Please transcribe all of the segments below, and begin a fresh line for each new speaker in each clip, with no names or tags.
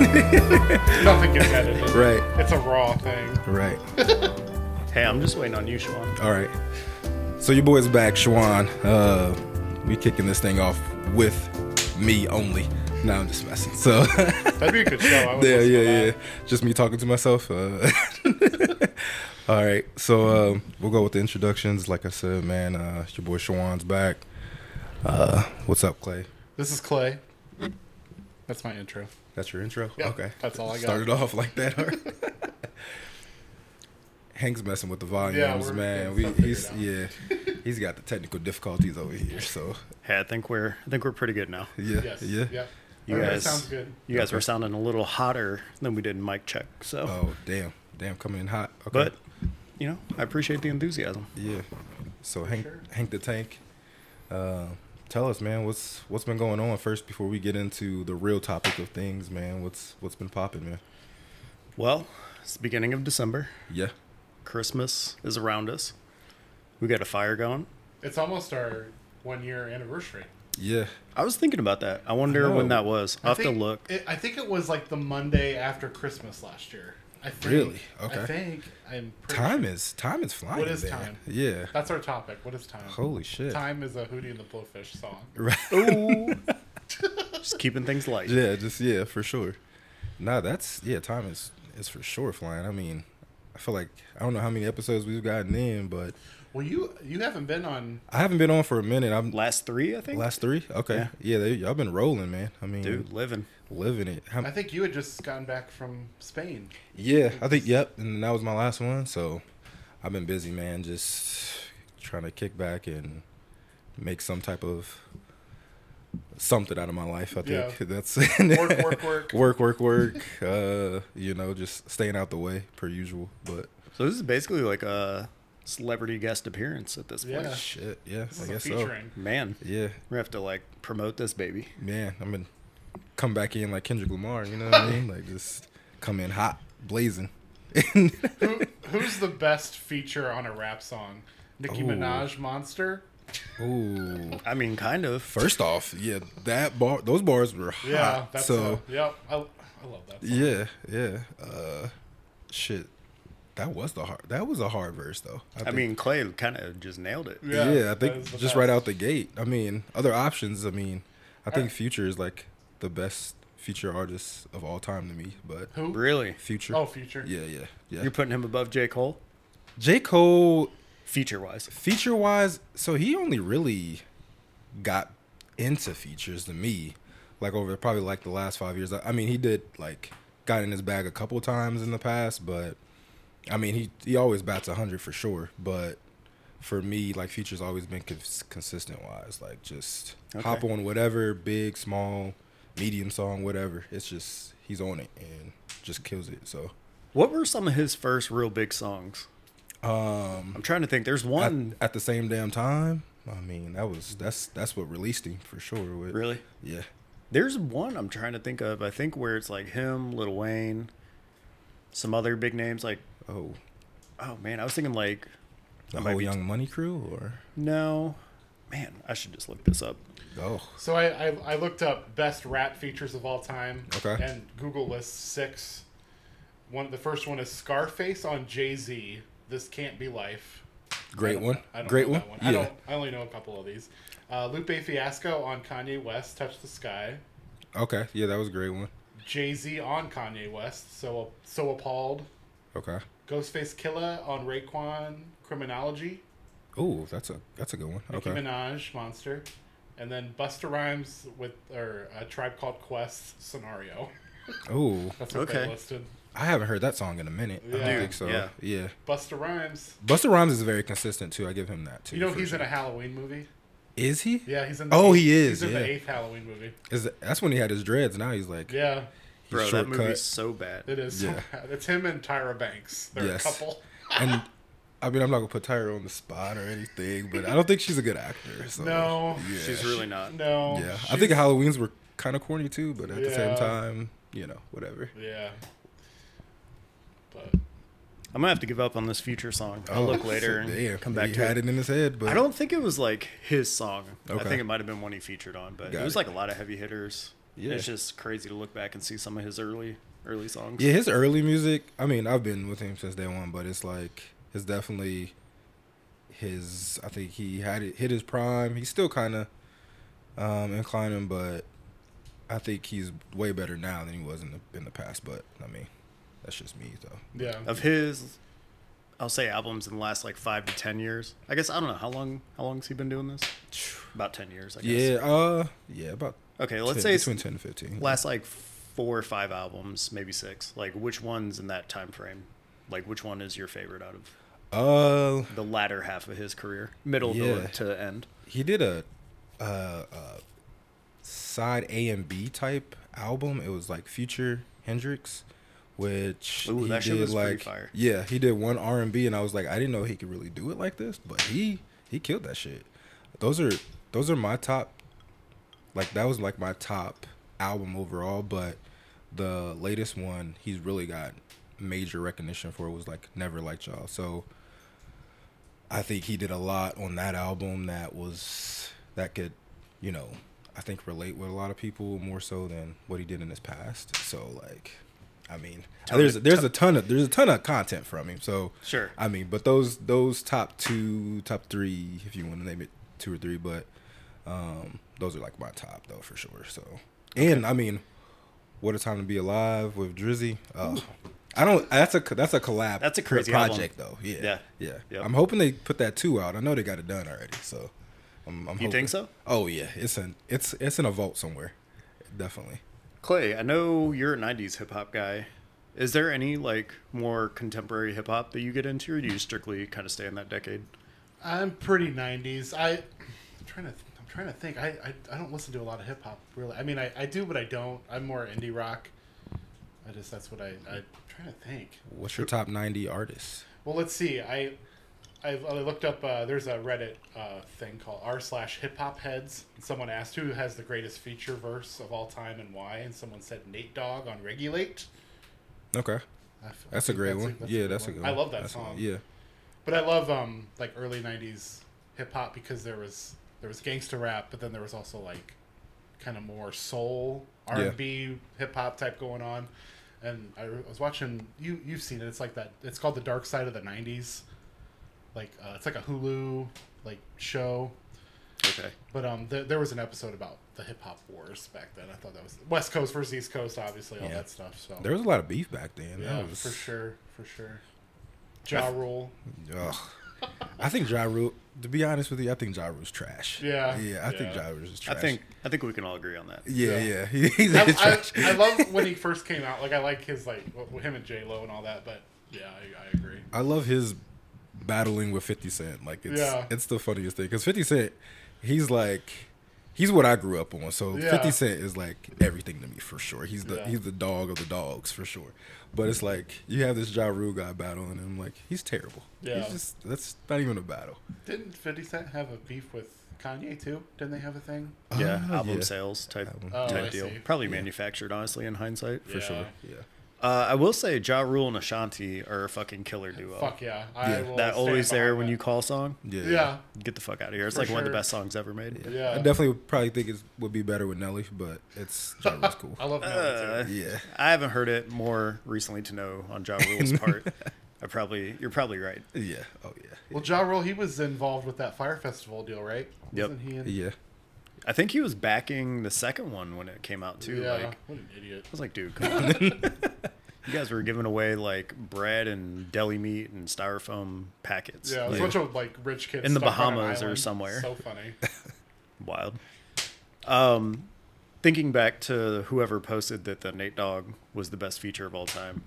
Nothing gets edited.
Right.
It's a raw thing.
Right.
Hey, I'm just waiting on you, Sean.
All right. So your boy's back, Shawan. Uh, we kicking this thing off with me only. No, I'm just messing. So
That'd be a good show. I would
yeah,
listen to
yeah,
that.
yeah. Just me talking to myself. Uh, all right, so um, we'll go with the introductions. Like I said, man, uh, it's your boy Shawan's back. Uh, what's up, Clay?
This is Clay. That's my intro.
That's your intro.
Yeah,
okay,
that's all I got.
Started off like that. all right. Hank's messing with the volumes,
Yeah, we're
man.
getting
We,
stuff
he's yeah,
figured
he's got the technical difficulties over here. So
Hey, I think we're I think we're pretty good now.
yeah,
Yes.
yeah.
Yep.
You
Okay,
guys
sounds good.
You guys were sounding a little hotter than we did in mic check. So,
Oh damn, damn, coming in hot. Okay.
but you know, I appreciate the enthusiasm.
Yeah. So Hank, Hank the Tank, uh, tell us, man, what's what's been going on first before we get into the real topic of things, man. What's what's been popping, man?
Well, it's the beginning of December.
Yeah.
Christmas is around us. We got a fire going.
It's almost our one year anniversary.
Yeah.
I was thinking about that. I wonder when
Oh.
know.
that was. I'll have to
think
look.
It, I think it was like the Monday after Christmas last year. I think,
Really?
I
Okay.
think I'm pretty
Time
sure.
is time is flying.
What is
man.
time?
Yeah.
That's our topic. What is time?
Holy shit.
Time is a Hootie and the Blowfish song.
Right.
Ooh. Just keeping things light.
yeah. Just yeah, for sure. Nah, that's yeah. Time is is for sure flying. I mean, I feel like I don't know how many episodes we've gotten in, but
Well, you you haven't been on.
I haven't been on for a minute. I'm
Last three, I think.
last three. Okay.
Yeah.
Yeah. they, y'all been rolling, man. I mean,
Dude, living.
living it. How-
I think you had just gotten back from Spain.
Yeah, I think yep, and that was my last one. So I've been busy, man, just trying to kick back and make some type of something out of my life. I think
Yeah.
that's
Work, work, work.
work, work, work. Uh, you know, just staying out the way per usual. But
So this is basically like a celebrity guest appearance at this point.
Yeah.
shit, yeah,
This
I
is a
guess so.
featuring.
Man,
Yeah,
we have to like promote this baby.
man, I'm gonna come back in like Kendrick Lamar. You know what I mean? Like just come in hot, blazing.
Who, who's the best feature on a rap song? Nicki
Ooh.
Minaj, Monster.
Ooh.
I mean, kind of.
First off, yeah, that bar, those bars were hot.
Yeah, that's
so
a, yep. I, I love that. Song.
yeah, yeah. Uh, shit, that was the hard. That was a hard verse though. I,
I
think-
mean, Clay kind of just nailed it.
yeah, I
that
think
is the
just right
best.
out the gate. I mean, other options. I mean, I
Uh,
think Future is like the best future artist of all time to me. But
Who?
Really?
Future,
Oh, Future.
yeah, yeah, yeah.
You're putting him above J. Cole,
J Cole
feature wise.
feature wise, so he only really got into features to me, like over probably like the last five years. I I mean, he did like got in his bag a couple times in the past, but I mean, he he always bats hundred for sure. But for me, like features always been cons- consistent wise, like just
Okay.
hop on whatever big, small, medium song, whatever. It's just he's on it and just kills it. So
What were some of his first real big songs?
um
I'm trying to think. There's
at,
one.
at the same damn time. I mean, that was that's that's what released him for sure. With,
really?
Yeah.
There's one I'm trying to think of. I think where it's like him, Lil Wayne, some other big names. Like,
Oh,
oh man, I was thinking like,
the
might
whole
be-
Young Money crew, or
no, man, I should just look this up.
oh,
So I, I I looked up best rap features of all time.
Okay.
And Google lists six. One the first one is Scarface on Jay Z. This can't be life. I
great
don't-
one,
I don't
great
know
one.
that
Yeah.
I don't. I only know a couple of these. Uh, Lupe Fiasco on Kanye West, "Touch the Sky."
Okay. Yeah, that was a great one.
Jay Z on Kanye West, so so appalled.
Okay.
Ghostface Killa on Raekwon, Criminology.
Oh, that's a that's a good one.
Nicki
Okay.
Minaj, Monster, and then Buster Rhymes with or a Tribe Called Quest scenario.
Oh,
That's what they
Okay.
listed.
I haven't heard that song in a minute. I
Yeah.
don't think so. Yeah.
Yeah.
yeah.
Buster Rhymes.
Buster Rhymes is very consistent too. I give him that too.
You know
for
he's in
sure.
a Halloween movie.
Is he?
Yeah, he's in.
Oh, he is,
He's in
yeah.
the eighth Halloween movie.
Is that- that's when he had his dreads. Now he's like
Yeah,
he's
Bro, that
shortcut.
movie's so bad.
it is.
Yeah.
it's him and Tyra Banks. They're
Yes.
a couple.
and I mean, I'm not gonna put Tyra on the spot or anything, but I don't think she's a good actor. So,
No.
Yeah.
She's really not.
No.
Yeah, I
she's-
think Halloween's were kind of corny too, but at the same
Oh, Yeah.
time, you know, whatever.
Yeah. But
I'm gonna have to give up on this future song. I'll look later and
Oh, damn,
come back
he
to
had
it.
it. in his head, but
I don't think it was like his song. I
Okay.
think it might have been one he featured on, but
Got
it was
it.
like a lot of heavy hitters.
Yeah.
It's just crazy to look back and see some of his early early songs.
Yeah, his early music. I mean, I've been with him since day one, but it's like it's definitely his. I think he had it hit his prime. He's still kind of um, inclining, but I think he's way better now than he was in the in the past. But I mean, that's just me though.
Yeah.
Of his I'll say albums in the last like five to ten years. I guess I don't know how long how long's he been doing this? About ten years, I guess.
Yeah. Uh. Yeah. About.
Okay, let's
10
say it's
between ten and fifteen.
last like four or five albums, maybe six. Like which ones in that time frame? Like which one is your favorite out of
Uh.
the latter half of his career, middle
Yeah.
to, to end?
he did a uh, uh side A and B type album. It was like Future Hendrix, which
Ooh,
he
that shit
did
was pretty
like
fire.
yeah, he did one R and B, and I was like, I didn't know he could really do it like this, but he he killed that shit. Those are those are my top, like that was like my top album overall, but the latest one he's really got major recognition for was like Never Liked Y'all. So I think he did a lot on that album that was that could, you know, I think relate with a lot of people more so than what he did in his past. So like, I mean,
Ton
there's
of-
there's a ton of there's a ton of content from him. So
Sure.
I mean, but those those top two, top three, if you want to name it two or three, but um, those are like my top though for sure. So and I mean, what a time to be alive with Drizzy. Uh, I don't. That's a that's a collab.
That's a crazy
project though. Yeah.
Yeah.
Yeah.
Yep.
I'm hoping they put that two out. I know they got it done already, so I'm, I'm
You
hoping.
think so?
Oh yeah, it's in it's it's in a vault somewhere, definitely.
Clay, I know you're a '90s hip hop guy. Is there any like more contemporary hip hop that you get into, or do you strictly kind of stay in that decade?
I'm pretty '90s. I, I'm trying to. I'm trying to think. I, I, I don't listen to a lot of hip hop really. I mean, I, I do, but I don't. I'm more indie rock. I just that's what I. I'm trying to think.
What's your top 90 artists?
Well, let's see. I, I've, I looked up. Uh, there's a Reddit uh, thing called r slash hip hop heads. Someone asked who has the greatest feature verse of all time and why, and someone said Nate Dogg on Regulate.
Okay,
I f- I
that's a
think
great one. yeah, that's a good one.
I love that
That's a-
song.
Yeah.
But I love um like early '90s hip hop because there was there was gangster rap, but then there was also like kind of more soul R
Yeah.
and B hip hop type going on. And I re- was watching you you've seen it. It's like that. It's called the Dark Side of the '90s. Like uh, it's like a Hulu like show.
Okay,
But um, th- there was an episode about the hip hop wars back then. I thought that was West Coast versus East Coast, obviously all
Yeah.
that stuff. So
There was a lot of beef back then.
yeah,
that was,
for sure, for sure. Ja Rule.
Ugh. I think Ja Rule, to be honest with you, I think Ja Rule's trash.
Yeah,
Yeah, I think
yeah.
Ja Rule's trash.
I think I think we can all agree on that.
Yeah,
Yeah.
yeah. He- he's
I,
trash.
I, I love when he first came out. Like I like his like w- him and J Lo and all that. But yeah, I, I agree.
I love his battling with 50 Cent. Like it's
Yeah.
it's the funniest thing cuz 50 Cent he's like he's what I grew up on. So
Yeah.
50 Cent is like everything to me for sure. He's the
Yeah.
he's the dog of the dogs for sure. But it's like you have this Ja Rule guy battling him like he's terrible.
Yeah.
He's just that's not even a battle.
Didn't Fifty Cent have a beef with Kanye too? Didn't they have a thing?
Yeah,
Ah,
album
yeah.
sales type
Album.
Oh, I
type deal.
see.
Probably manufactured, honestly, in hindsight.
Yeah. sure.
Yeah.
Uh, I will say, Ja Rule and Ashanti are a fucking killer duo.
Fuck yeah! I
Yeah.
will
that
stand
always there
behind
when
that.
you call song.
Yeah.
Yeah,
Get the fuck out of here. It's
For
like one of the
sure.
best songs ever made.
Yeah.
I definitely would probably think it would be better with Nelly, but it's Ja Rule's cool.
I love Nelly
Uh,
too.
yeah.
I haven't heard it more recently to know on Ja Rule's part. I probably you're probably right.
Yeah. Oh yeah.
Well, Ja Rule, he was involved with that Fire Festival deal, right?
Yep.
Wasn't he? In,
Yeah.
I think he was backing the second one when it came out too.
Yeah.
Like I
what an idiot.
was like, dude, come on. you guys were giving away like bread and deli meat and styrofoam packets.
Yeah, it was
Yeah.
a bunch of like rich kids
In the
stuck on an
Bahamas or
island.
somewhere.
So funny.
wild. Um, thinking back to whoever posted that the Nate Dogg was the best feature of all time,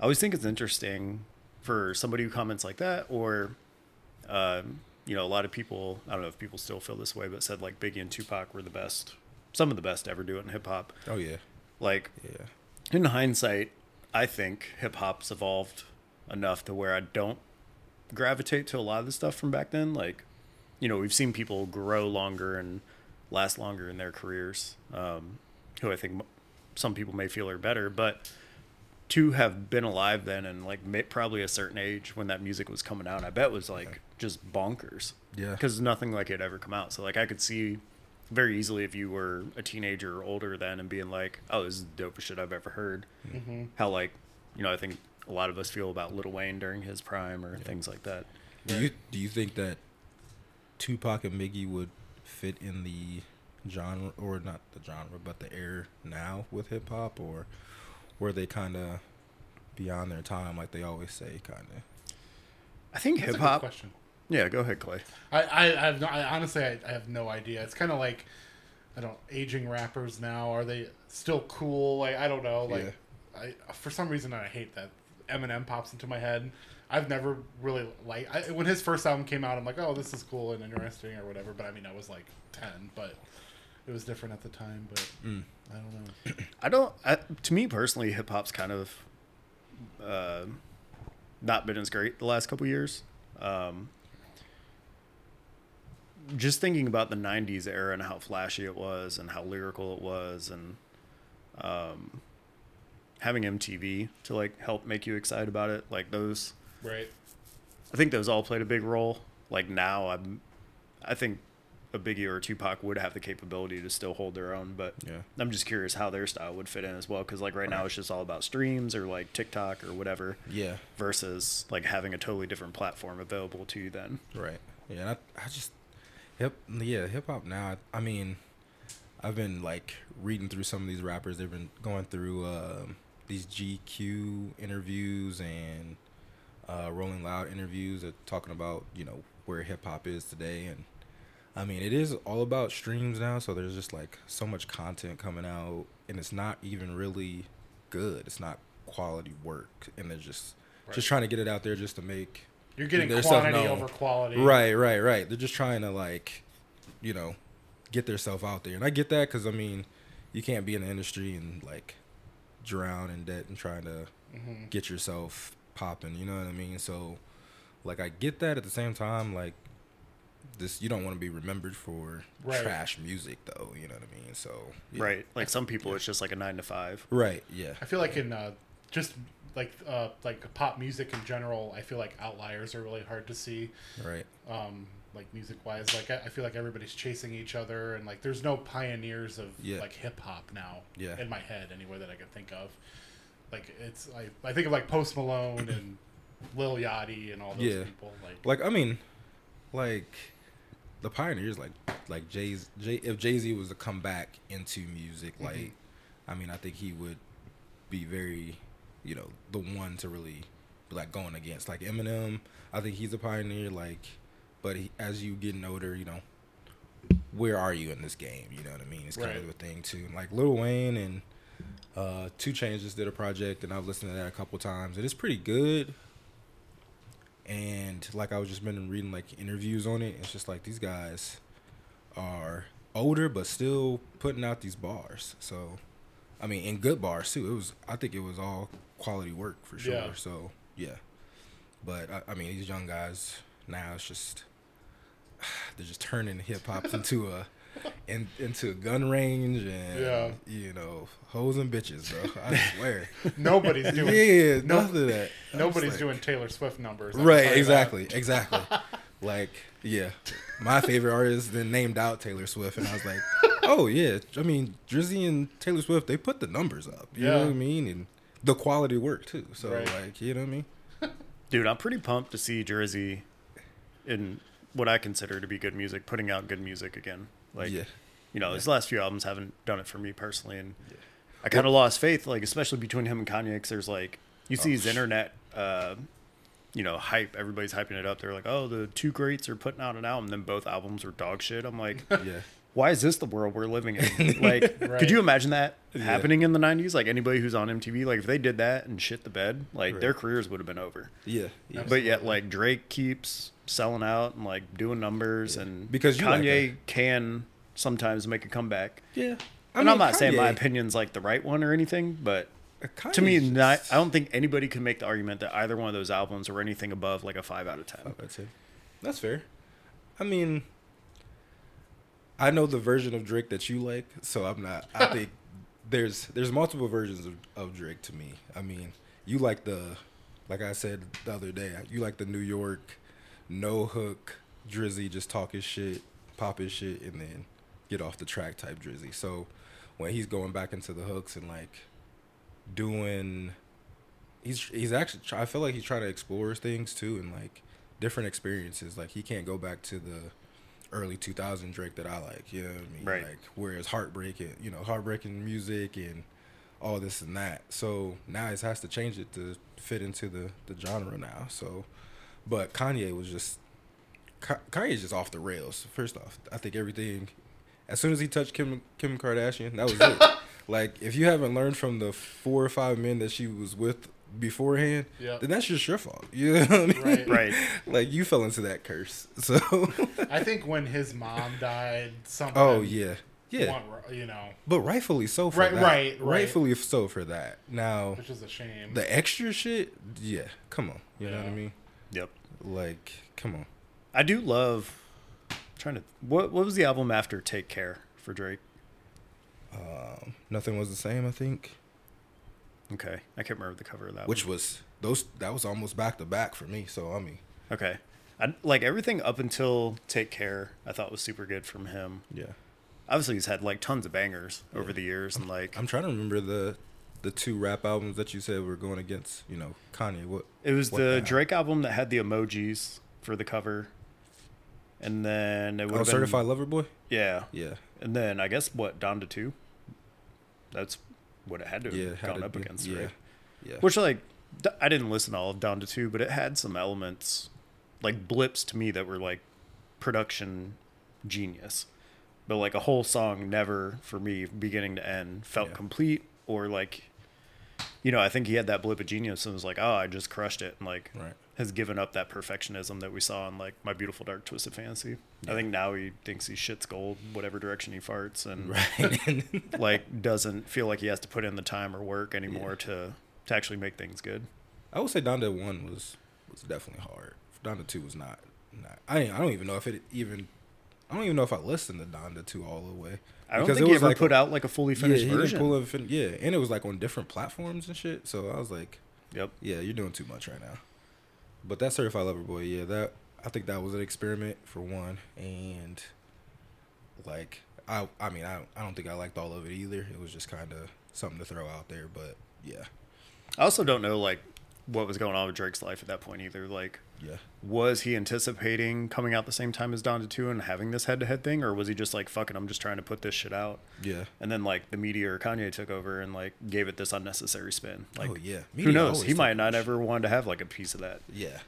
I always think it's interesting for somebody who comments like that, or um, you know, a lot of people. I don't know if people still feel this way, but said like Biggie and Tupac were the best, some of the best to ever do it in hip hop.
Oh yeah.
Like
Yeah.
in hindsight, I think hip hop's evolved enough to where I don't gravitate to a lot of the stuff from back then. Like, you know, we've seen people grow longer and last longer in their careers, um, who I think m- some people may feel are better, but to have been alive then and like ma- probably a certain age when that music was coming out, I bet was like just bonkers.
Yeah.
Because nothing like it ever come out. So like I could see very easily if you were a teenager or older then and being like, oh, this is the dopest shit I've ever heard. How like, you know, I think a lot of us feel about Lil Wayne during his prime or things like that.
Do you do you think that Tupac and Biggie would fit in the genre or not the genre but the air now with hip hop or were they kind of beyond their time like they always say kind of?
I think
That's
hip
a good
hop.
question.
Yeah, go ahead, Clay.
I, I, I have no, I, honestly, I, I have no idea. It's kind of like, I don't aging rappers now. Are they still cool? Like I don't know. Like, I for some reason I hate that Eminem pops into my head. I've never really like I, when his first album came out. I'm like, oh, this is cool and interesting or whatever. But I mean, I was like ten, but it was different at the time. But
Mm.
I don't know.
I don't. I, to me personally, hip hop's kind of uh, not been as great the last couple years. Um, just thinking about the '90s era and how flashy it was, and how lyrical it was, and um, having MTV to like help make you excited about it, like those
Right.
I think those all played a big role. Like now, I'm, I think a Biggie or a Tupac would have the capability to still hold their own, but
Yeah.
I'm just curious how their style would fit in as well. Because like right now, it's just all about streams or like TikTok or whatever,
Yeah.
versus like having a totally different platform available to you. Then
Right. Yeah, and I, I just hip yeah, hip hop now. I mean, I've been like reading through some of these rappers. They've been going through um these GQ interviews and uh, Rolling Loud interviews that talking about you know where hip hop is today, and I mean it is all about streams now. So there's just like so much content coming out, and it's not even really good. It's not quality work, and they're just
Right.
just trying to get it out there just to make
You're getting
There's stuff
quantity
known.
over quality.
Right, right, right. They're just trying to like, you know, get themselves out there, and I get that because I mean, you can't be in the industry and like drown in debt and trying to
Mm-hmm.
get yourself popping. You know what I mean? So, like, I get that. At the same time, like, this you don't want to be remembered for
Right.
trash music, though. You know what I mean? So, yeah.
right, like some people, it's just like a nine to five.
right, yeah,
I feel like in uh, just like uh, like pop music in general, I feel like outliers are really hard to see.
right,
Um, like music wise, like I, I feel like everybody's chasing each other, and like there's no pioneers of
Yeah.
like hip hop now.
Yeah.
in my head anywhere that I can think of. Like it's I, I think of like Post Malone and Lil Yachty and all those
Yeah.
people. Like
like I mean, like the pioneers, like like Jay's Jay. If Jay Z was to come back into music, like I mean, I think he would be very, you know, the one to really be like going against. Like Eminem, I think he's a pioneer. Like, but he, as you getting older, you know, where are you in this game? You know what I mean? It's kind of
Right.
a thing too. And, Like Lil Wayne and uh, Two Chainz just did a project, and I've listened to that a couple times, and it's pretty good. And like I was just been reading like interviews on it. It's just like these guys are older but still putting out these bars. So, I mean, and good bars too. It was I think it was all quality work for sure.
Yeah.
So yeah, but I, I mean these young guys now it's just they're just turning hip hop into a in, into a gun range and
Yeah.
you know hoes and bitches, bro. I swear.
nobody's doing
yeah,
no-
nothing of that. I'm just
nobody's
like-
doing Taylor Swift numbers. I can tell you
Right,
that.
exactly, exactly. like, yeah, my favorite artist then named out Taylor Swift, and I was like, oh yeah, I mean Drizzy and Taylor Swift, they put the numbers up. You know
Yeah.
what I mean? And the quality work too. So
Right.
like, you know what I mean?
Dude, I'm pretty pumped to see Jersey in what I consider to be good music, putting out good music again. Like,
Yeah.
you know, his last few albums haven't done it for me personally, and I kind of lost faith. Like, especially between him and Kanye, 'cause there's like you see his internet, uh, you know, hype. Everybody's hyping it up. They're like, oh, the two greats are putting out an album. Then both albums are dog shit. I'm like,
Yeah.
why is this the world we're living in? Like,
Right.
could you imagine that happening in the '90s? Like anybody who's on MTV, like if they did that and shit the bed, like their careers would have been over.
Yeah, yeah.
But yet, like Drake keeps selling out and like doing numbers, and
Because you like
Kanye can sometimes make a comeback.
yeah. I
and I'm not saying my
Kanye-
opinion's like the right one or anything, but
uh,
to me,
Kanye's
not,
just-
I don't think anybody can make the argument that either one of those albums or anything above like a five out of ten.
I'd say. That's fair. I mean, I know the version of Drake that you like, so I'm not. I think there's there's multiple versions of, of Drake to me. I mean, you like the, like I said the other day, you like the New York, no hook, Drizzy just talk his shit, pop his shit, and then get off the track type Drizzy. So when he's going back into the hooks and like doing, he's he's actually try- I feel like he's trying to explore things too and like different experiences. Like he can't go back to the early 2000 Drake that I like. You know what I mean?
Right.
Like where it's heartbreaking, you know, heartbreaking music and all this and that. So now it has to change it to fit into the the genre now. So, but Kanye was just Ka- Kanye's just off the rails. First off, I think everything as soon as he touched Kim Kim Kardashian, that was it. like if you haven't learned from the four or five men that she was with beforehand,
Yep.
then that's just your fault. You know what I mean?
Right.
Right.
Like you fell into that curse. So
I think when his mom died, something.
Oh yeah. Yeah.
went ro- you know,
But rightfully so for
Right,
that.
right, right.
Rightfully so for that. Now
which is a shame.
the extra shit, yeah, come on. You know what I
Yeah.
mean?
Yep.
Like, come on.
I do love trying to what what was the album after Take Care for Drake?
Um, nothing was the same, I think.
Okay. I can't remember the cover of that.
Which
one.
was those that was almost back to back for me, so I mean
Okay. I like everything up until Take Care I thought was super good from him.
yeah.
Obviously he's had like tons of bangers over the years and like
I'm trying to remember the the two rap albums that you said were going against, you know, Kanye. What
It was
what
the
album?
Drake album that had the emojis for the cover, and then it would
Oh,
have been,
Certified Lover Boy?
Yeah,
Yeah.
and then I guess what Donda two. That's what it had to have
Yeah. how
gone
did
up
you-
against,
Yeah.
right?
Yeah.
Which like d- I didn't listen to all of Donda two, but it had some elements, like blips to me that were like production genius, but like a whole song never for me beginning to end felt
Yeah.
complete or like. You know, I think he had that blip of genius and was like, "Oh, I just crushed it," and like,
right.
has given up that perfectionism that we saw in like my beautiful dark twisted fantasy. I think now he thinks he shits gold whatever direction he farts and
Right.
like doesn't feel like he has to put in the time or work anymore to to actually make things good.
I would say Donda one was was definitely hard. Donda two was not. not I ain't- I don't even know if it even. I don't even know if I listened to Donda two all the way.
I don't
Because
think
it
he
was
ever
like
put
a-
out like a fully
Yeah,
finished
he didn't
version.
pull it fin- yeah, and it was like on different platforms and shit. So I was like,
Yep.
yeah, you're doing too much right now. But that certified lover boy, yeah, that I think that was an experiment for one, and like I, I mean, I, don't- I don't think I liked all of it either. It was just kind of something to throw out there, but yeah,
I also don't know like what was going on with Drake's life at that point either. Like
yeah.
was he anticipating coming out the same time as Donda 2 and having this head to head thing or was he just like fucking I'm just trying to put this shit out?
Yeah.
And then like the media or Kanye took over and like gave it this unnecessary spin. Like
oh yeah.
who
Media
knows?
always
He might
took
not
over.
ever want to have like a piece of that.
Yeah.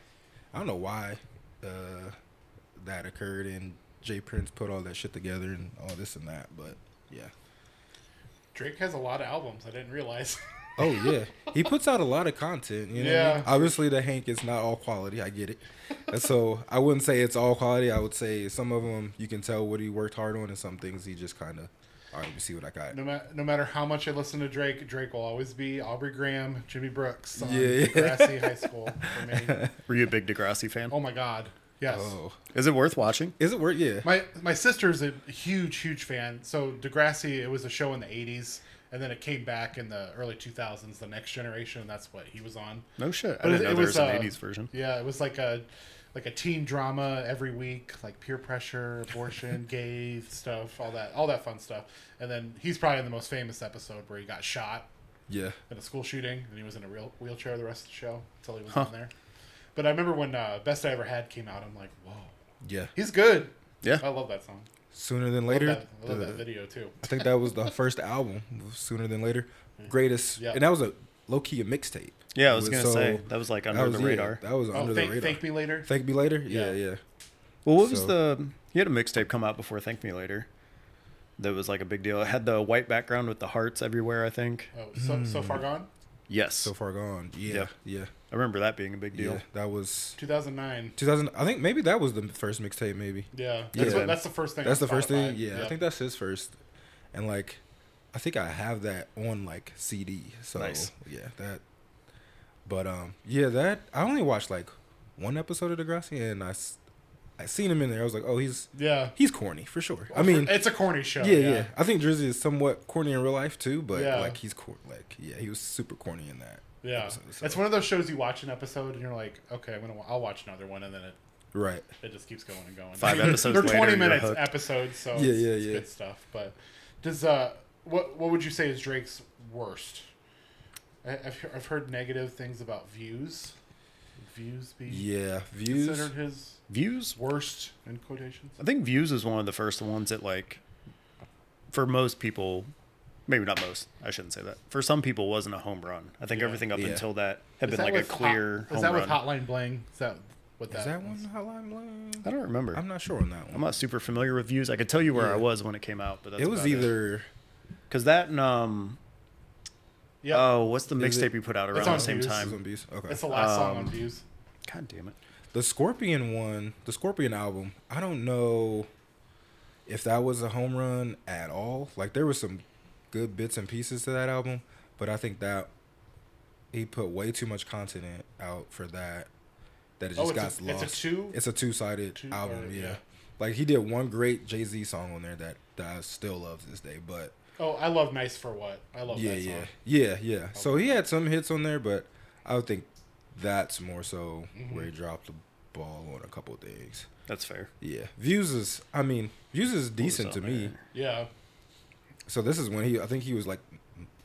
I don't know why uh, that occurred and Jay Prince put all that shit together and all this and that, but yeah.
Drake has a lot of albums. I didn't realize.
Oh yeah. he puts out a lot of content, you know. what I mean?
Yeah.
Obviously the Hank is not all quality, I get it. And so I wouldn't say it's all quality. I would say some of them you can tell what he worked hard on and some things he just kind of all right, let me see what I got.
no, ma- no matter how much I listen to Drake, Drake will always be Aubrey Graham, Jimmy Brooks, on
Yeah, yeah.
Degrassi High School for me.
Were you a big Degrassi fan?
Oh my God, yes.
Oh.
Is it worth watching?
Is it worth yeah.
My my sister's a huge huge fan. So Degrassi, it was a show in the '80s, and then it came back in the early 2000s, The Next Generation, and that's what he was on.
No shit.
But
I didn't
it-
know
it
there was,
was,
an
uh,
80s version.
Yeah, it was like a like a teen drama every week, like peer pressure, abortion, gay stuff, all that all that fun stuff. And then he's probably in the most famous episode where he got shot
Yeah.
in a school shooting, and he was in a real wheelchair the rest of the show until he was
Huh.
on there. But I remember when uh, "Best I Ever Had" came out, I'm like, whoa,
Yeah.
he's good.
Yeah.
I love that song.
Sooner than
I love,
later.
that, I love
the-
that video too.
I think that was the first album, Sooner Than Later. Greatest.
Mm-hmm. Yeah.
And that was a low key a mixtape.
Yeah, I was
It
going to
so-
say that was like under
that was,
the
yeah,
radar.
that was
Oh,
under
thank,
the radar.
thank me later.
Thank Me Later? Yeah,
Yeah.
yeah.
well, what was
so-
the he had a mixtape come out before Thank Me Later. That was like a big deal. It had the white background with the hearts everywhere, I think.
Oh, so
Hmm.
so far gone.
Yes.
So Far Gone. Yeah,
Yeah.
yeah,
I remember that being a big
yeah.
deal.
That was
2009.
2000. I think maybe that was the first mixtape, maybe.
Yeah, that's,
Yeah.
What, that's the first thing.
That's
on
the first
Spotify.
thing. Yeah, I think that's his first. And like, I think I have that on like CD. So
Nice.
yeah, that. But um, yeah, that I only watched like one episode of Degrassi, and I, s- I seen him in there. I was like, oh, he's
Yeah.
he's corny for sure.
Oh,
I mean,
it's a corny show.
yeah, yeah, I think Drizzy is somewhat corny in real life too, but
Yeah.
like he's cor- like yeah, he was super corny in that.
Yeah.
episode, so-
It's one of those shows you watch an episode and you're like, okay, I'm gonna wa- I'll watch another one, and then it
Right.
It just keeps going and going.
Five episodes
They're
later,
twenty
you're
minutes
hooked.
episodes, so
Yeah,
it's,
yeah,
it's
yeah.
good stuff. But does uh, what what would you say is Drake's worst? I, I've he- I've heard negative things about views. Views be
Yeah. Views.
considered his
Views
worst in quotations.
I think Views is one of the first ones that like for most people maybe not most, I shouldn't say that. For some people wasn't a home run. I think
Yeah.
everything up
Yeah.
until that had
Is
been
that
like a
with Hot-
clear
is
home
that
run.
with Hotline Bling? Is that what that?
Is that
is?
one Hotline Bling?
I don't remember.
I'm not sure on that
I'm
one.
not super familiar with Views. I could tell you where
Yeah.
I was when it came out, but that's
It was
about
either
because that and um
Yeah,
oh what's the
Is it-
mixtape you put out around
on
the same
Views.
Views
time?
and Views. Okay.
it's the last song on
um,
views.
God damn it!
The Scorpion one, the Scorpion album, I don't know if that was a home run at all. Like there were some good bits and pieces to that album, but I think that he put way too much content in, out for that that it
Oh,
just got
it's a- it's
lost.
a two-
It's a two-sided
two-
album,
or-
yeah.
yeah.
Like he did one great Jay-Z song on there that, that I still love to this day, but
Oh, I love Nice for What. I love
yeah,
that song.
yeah, yeah, yeah. So he had some hits on there, but I would think that's more so
Mm-hmm.
where he dropped the ball on a couple of things.
That's fair.
Yeah, views is I mean views is decent
on
to me.
there?
Yeah.
So this is when he I think he was like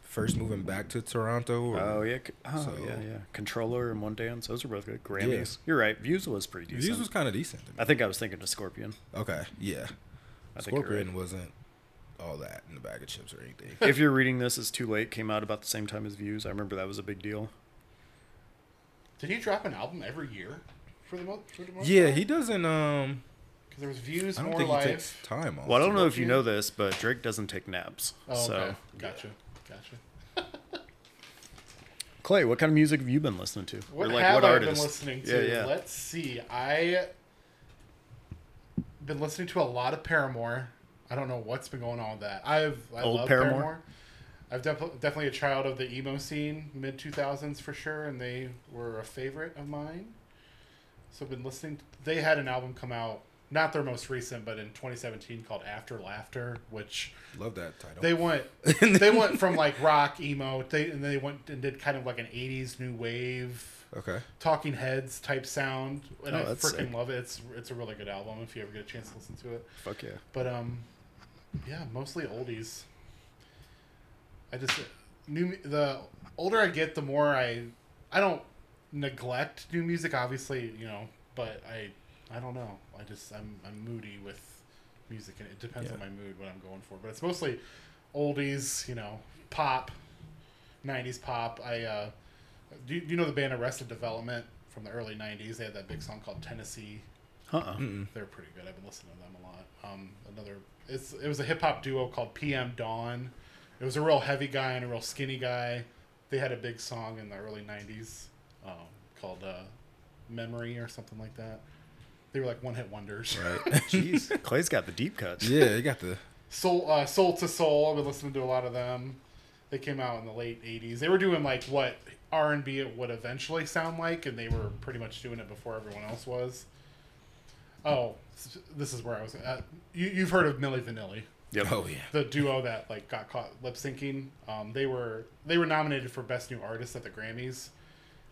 first moving back to Toronto. Or,
Oh yeah, c- oh
So-
yeah, yeah. Controller and One Dance, those are both good. Grammys. You're right. Views was pretty decent.
views was kind of decent. To me.
I think I was thinking of Scorpion.
Okay, yeah.
I think you're
Scorpion
right.
wasn't all that in the bag of chips or anything.
if you're reading this, it's too late. Came out about the same time as Views. I remember that was a big deal.
Did he drop an album every year for the most? For the most
yeah, he doesn't. Um,
Because there was views
I don't
more
think
life.
he takes time off.
Well, I don't
to
know
work.
if you know this, but Drake doesn't take naps.
Oh,
so,
okay. Gotcha. Gotcha.
Clay, what kind of music have you been listening to?
What
Or, like,
have
what
I
artists?
been listening to?
Yeah, yeah.
Let's see. I been listening to a lot of Paramore. I don't know what's been going on with that. I've I
Old
love Paramore.
Paramore?
I've def- definitely a child of the emo scene, mid two thousands for sure, and they were a favorite of mine. So I've been listening. they had an album come out, not their most recent, but in twenty seventeen called After Laughter, which
Love that title.
they went they went from like rock emo they and they went and did kind of like an 80s new wave
okay.
talking heads type sound and
Oh,
i
that's
freaking
sick.
love it it's it's a really good album if you ever get a chance to listen to it
Fuck yeah.
but um yeah mostly oldies i just new mu- the older i get the more i i don't neglect new music obviously you know but i i don't know i just i'm, I'm moody with music and it depends on
Yeah.
my mood what i'm going for but it's mostly oldies you know pop 90s pop i uh do you, do you know the band arrested development from the early 90s they had that big song called tennessee
Uh-uh.
they're pretty good. I've been listening to them a lot. Um, another, it's it was a hip hop duo called PM Dawn. It was a real heavy guy and a real skinny guy. They had a big song in the early '90s um, called uh, "Memory" or something like that. They were like one hit wonders.
Right.
Jeez, Clay's got the deep cuts.
yeah, you got the
Soul, uh, Soul to Soul. I've been listening to a lot of them. They came out in the late '80s. They were doing like what R and B would eventually sound like, and they were pretty much doing it before everyone else was. Oh, s- this is where I was. At. You, you've heard of Milli Vanilli,
Yep.
oh yeah.
the duo that like got caught lip syncing. Um, they were they were nominated for Best New Artist at the Grammys,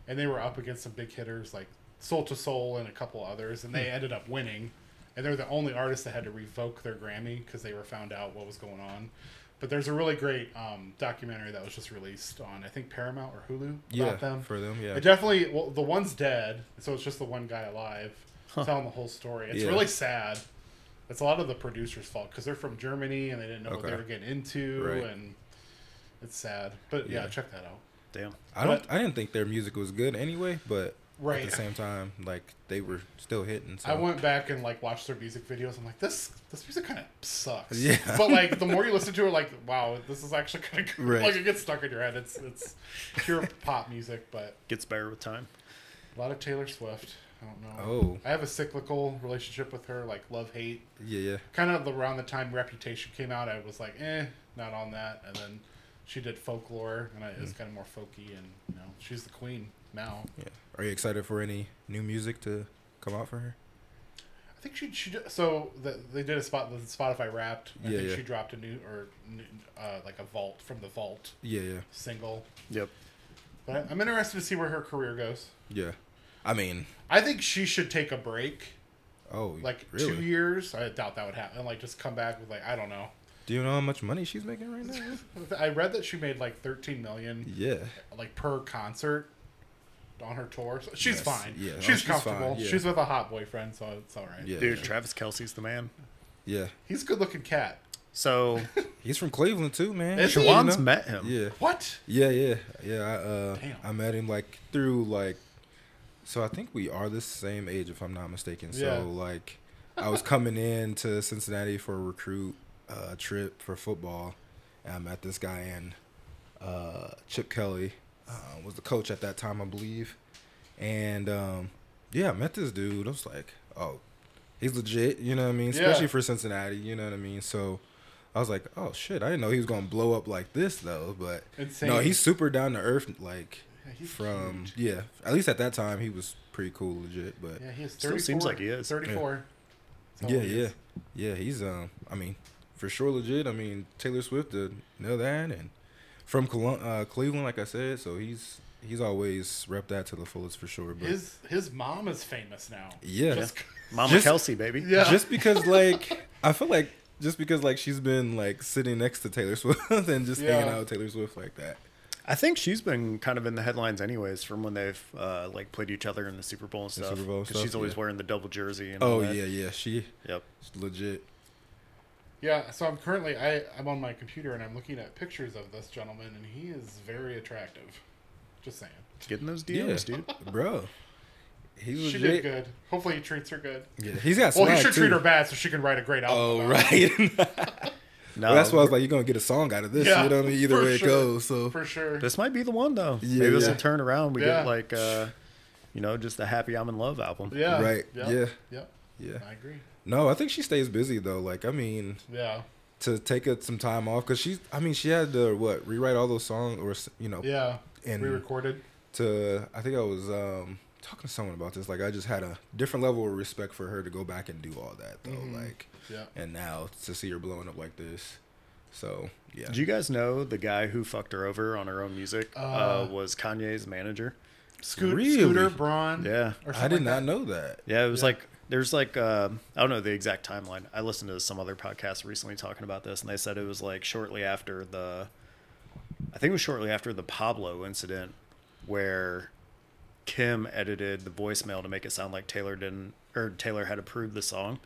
and they were up against some big hitters like Soul to Soul and a couple others, and they
Hmm.
ended up winning. And they're the only artists that had to revoke their Grammy because they were found out what was going on. But there's a really great um, documentary that was just released on I think Paramount or Hulu
Yeah,
about them.
for them, yeah.
It definitely well the one's dead, so it's just the one guy alive telling the whole story. It's
Yeah.
really sad. It's a lot of the producers' fault because they're from Germany and they didn't know what they
Okay.
were getting into,
Right.
and it's sad. But yeah,
Yeah.
check that out.
Damn.
I don't.
But-
I didn't think their music was good anyway, but
Right.
at the same time, like they were still hitting. So.
I went back and like watched their music videos. I'm like, this this music kind of sucks.
Yeah.
But like the more you listen to it, like wow, this is actually kind of good.
Right.
Like it gets stuck in your head. It's it's pure pop music, but
Gets better with time.
a lot of Taylor Swift. I don't know.
Oh.
I have a cyclical relationship with her, like love hate.
Yeah, yeah.
kind of around the time Reputation came out, I was like, eh, not on that. And then she did Folklore, and I, it
Hmm.
was kind of more folky, and you know, she's the queen now.
Yeah. Are you excited for any new music to come out for her?
I think she she did, so the, they did a spot the Spotify Wrapped. I
Yeah,
think
yeah.
she dropped a new or new, uh, like a vault from the vault
Yeah, yeah,
single.
Yep.
But I'm interested to see where her career goes.
yeah. I mean,
I think she should take a break
Oh,
like
really?
two years. I doubt that would happen. And, like just come back with like I don't know.
Do you know how much money she's making right now?
I read that she made like 13 million
yeah.
like per concert on her tour. So she's
Yes,
fine.
yeah. Oh,
she's,
she's fine,
comfortable.
yeah.
She's with a hot boyfriend, so it's all right.
Yeah.
Dude, Travis Kelsey's the man.
Yeah.
He's a good-looking cat.
So
He's from Cleveland too, man.
Is he?
You
Shawan's
know?
met him.
Yeah.
What?
Yeah, yeah, yeah. I, uh,
Damn.
I met him like through like, so I think we are the same age if I'm not mistaken. So
Yeah.
like, I was coming in to Cincinnati for a recruit uh, trip for football, and I met this guy and uh, Chip Kelly uh, was the coach at that time, I believe, and um, yeah, I met this dude. I was like, oh, he's legit. You know what I mean?
Yeah.
Especially for Cincinnati. You know what I mean? So. I was like, oh shit! I didn't know he was gonna blow up like this though. But
Insane.
no, he's super down to earth. Like
Yeah, he's
from
huge.
yeah, at least at that time he was pretty cool, legit. But
Yeah, he is 34.
Still seems like he is.
34. So
yeah,
he
yeah,
is.
yeah. He's um, I mean, for sure legit. I mean, Taylor Swift did know that, and from Colum- uh, Cleveland, like I said, so he's he's always rep that to the fullest for sure. But
His his mom is famous now.
yeah,
Just-
Mama
Just-
Kelsey, baby.
Yeah.
just because like I feel like just because like she's been like sitting next to Taylor Swift and just hanging
Yeah.
out with Taylor Swift like that.
I think she's been kind of in the headlines anyways from when they've uh, like played each other in the Super Bowl and
The
stuff.
Super Bowl
'cause
stuff,
she's always
yeah.
wearing the double jersey and all
Oh
that.
yeah, yeah, she
Yep.
legit.
Yeah, so I'm currently I I'm on my computer and I'm looking at pictures of this gentleman and he is very attractive. Just saying.
Getting those DMs,
yeah,
dude.
bro. He's
She
legit.
did good. Hopefully he treats her good.
Yeah, he's got.
Well, he
swag,
should
too.
treat her bad so she can write a great album.
Oh
about it.
right.
No,
Well, that's why I was like, you're gonna get a song out of this.
Yeah,
you know what I mean? Either
for
way
sure.
it goes. So
For sure.
this might be the one though.
Yeah,
Maybe this
yeah.
will turn around. We
Yeah.
get like uh, you know, just a happy I'm in love album.
Yeah.
Right,
Yep. Yep.
yeah.
I agree.
No, I think she stays busy though. Like, I mean,
Yeah.
to take it some time off because she's. I mean, she had to what rewrite all those songs or s- you know
Yeah.
And-
we recorded.
to. I think I was um talking to someone about this. Like, I just had a different level of respect for her to go back and do all that though.
Mm-hmm.
Like,
Yeah.
and now to see her blowing up like this. So yeah.
Do you guys know the guy who fucked her over on her own music uh,
Uh,
was Kanye's manager?
Scoot,
Really?
Scooter Braun.
Yeah.
Or
I
something
did
like
not
that.
know that.
Yeah, it was
Yeah.
like there's like uh, I don't know the exact timeline. I listened to some other podcast recently talking about this, and they said it was like shortly after the, I think it was shortly after the Pablo incident, where Kim edited the voicemail to make it sound like Taylor didn't or Taylor had approved the song,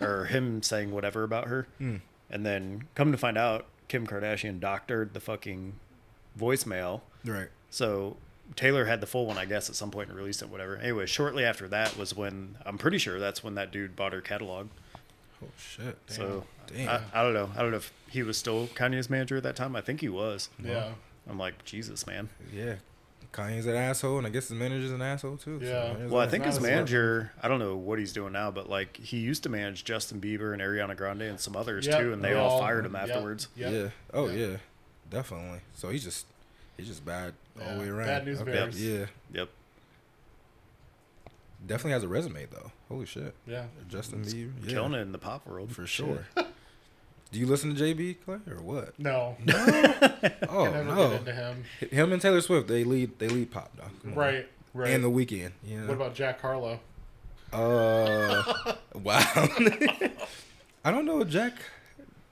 or him saying whatever about her, and then come to find out Kim Kardashian doctored the fucking voicemail.
Right.
So Taylor had the full one, I guess, at some point and released it, whatever. Anyway, shortly after that was when I'm pretty sure that's when that dude bought her catalog.
Oh shit.
So
Damn.
I, I don't know. I don't know if he was still Kanye's manager at that time. I think he was.
Yeah.
I'm like, Jesus, man.
Yeah. Kanye's an asshole, and I guess his manager's an asshole too.
Yeah.
there's
Well, I
that.
think
not
his
as much.
manager, I don't know what he's doing now, but like he used to manage Justin Bieber and Ariana Grande and some others
Yep,
too, and they
they
all
all-
fired him
yep.
afterwards.
Yep.
Yeah. Oh
Yeah.
yeah. Definitely. So he's just he's just bad all
Yeah.
the way around.
Bad news bears.
Yeah.
Yep.
Definitely has a resume though. Holy shit.
Yeah.
Justin Bieber. Yeah.
Killing it in the pop world.
for sure. Do you listen to JB Clay or what?
No.
Oh
I never get
no.
into him.
Him and Taylor Swift, they lead they lead pop dog. Come on.
Right. Right.
And the weekend. Yeah.
what about Jack Harlow?
Uh, wow. I don't know Jack.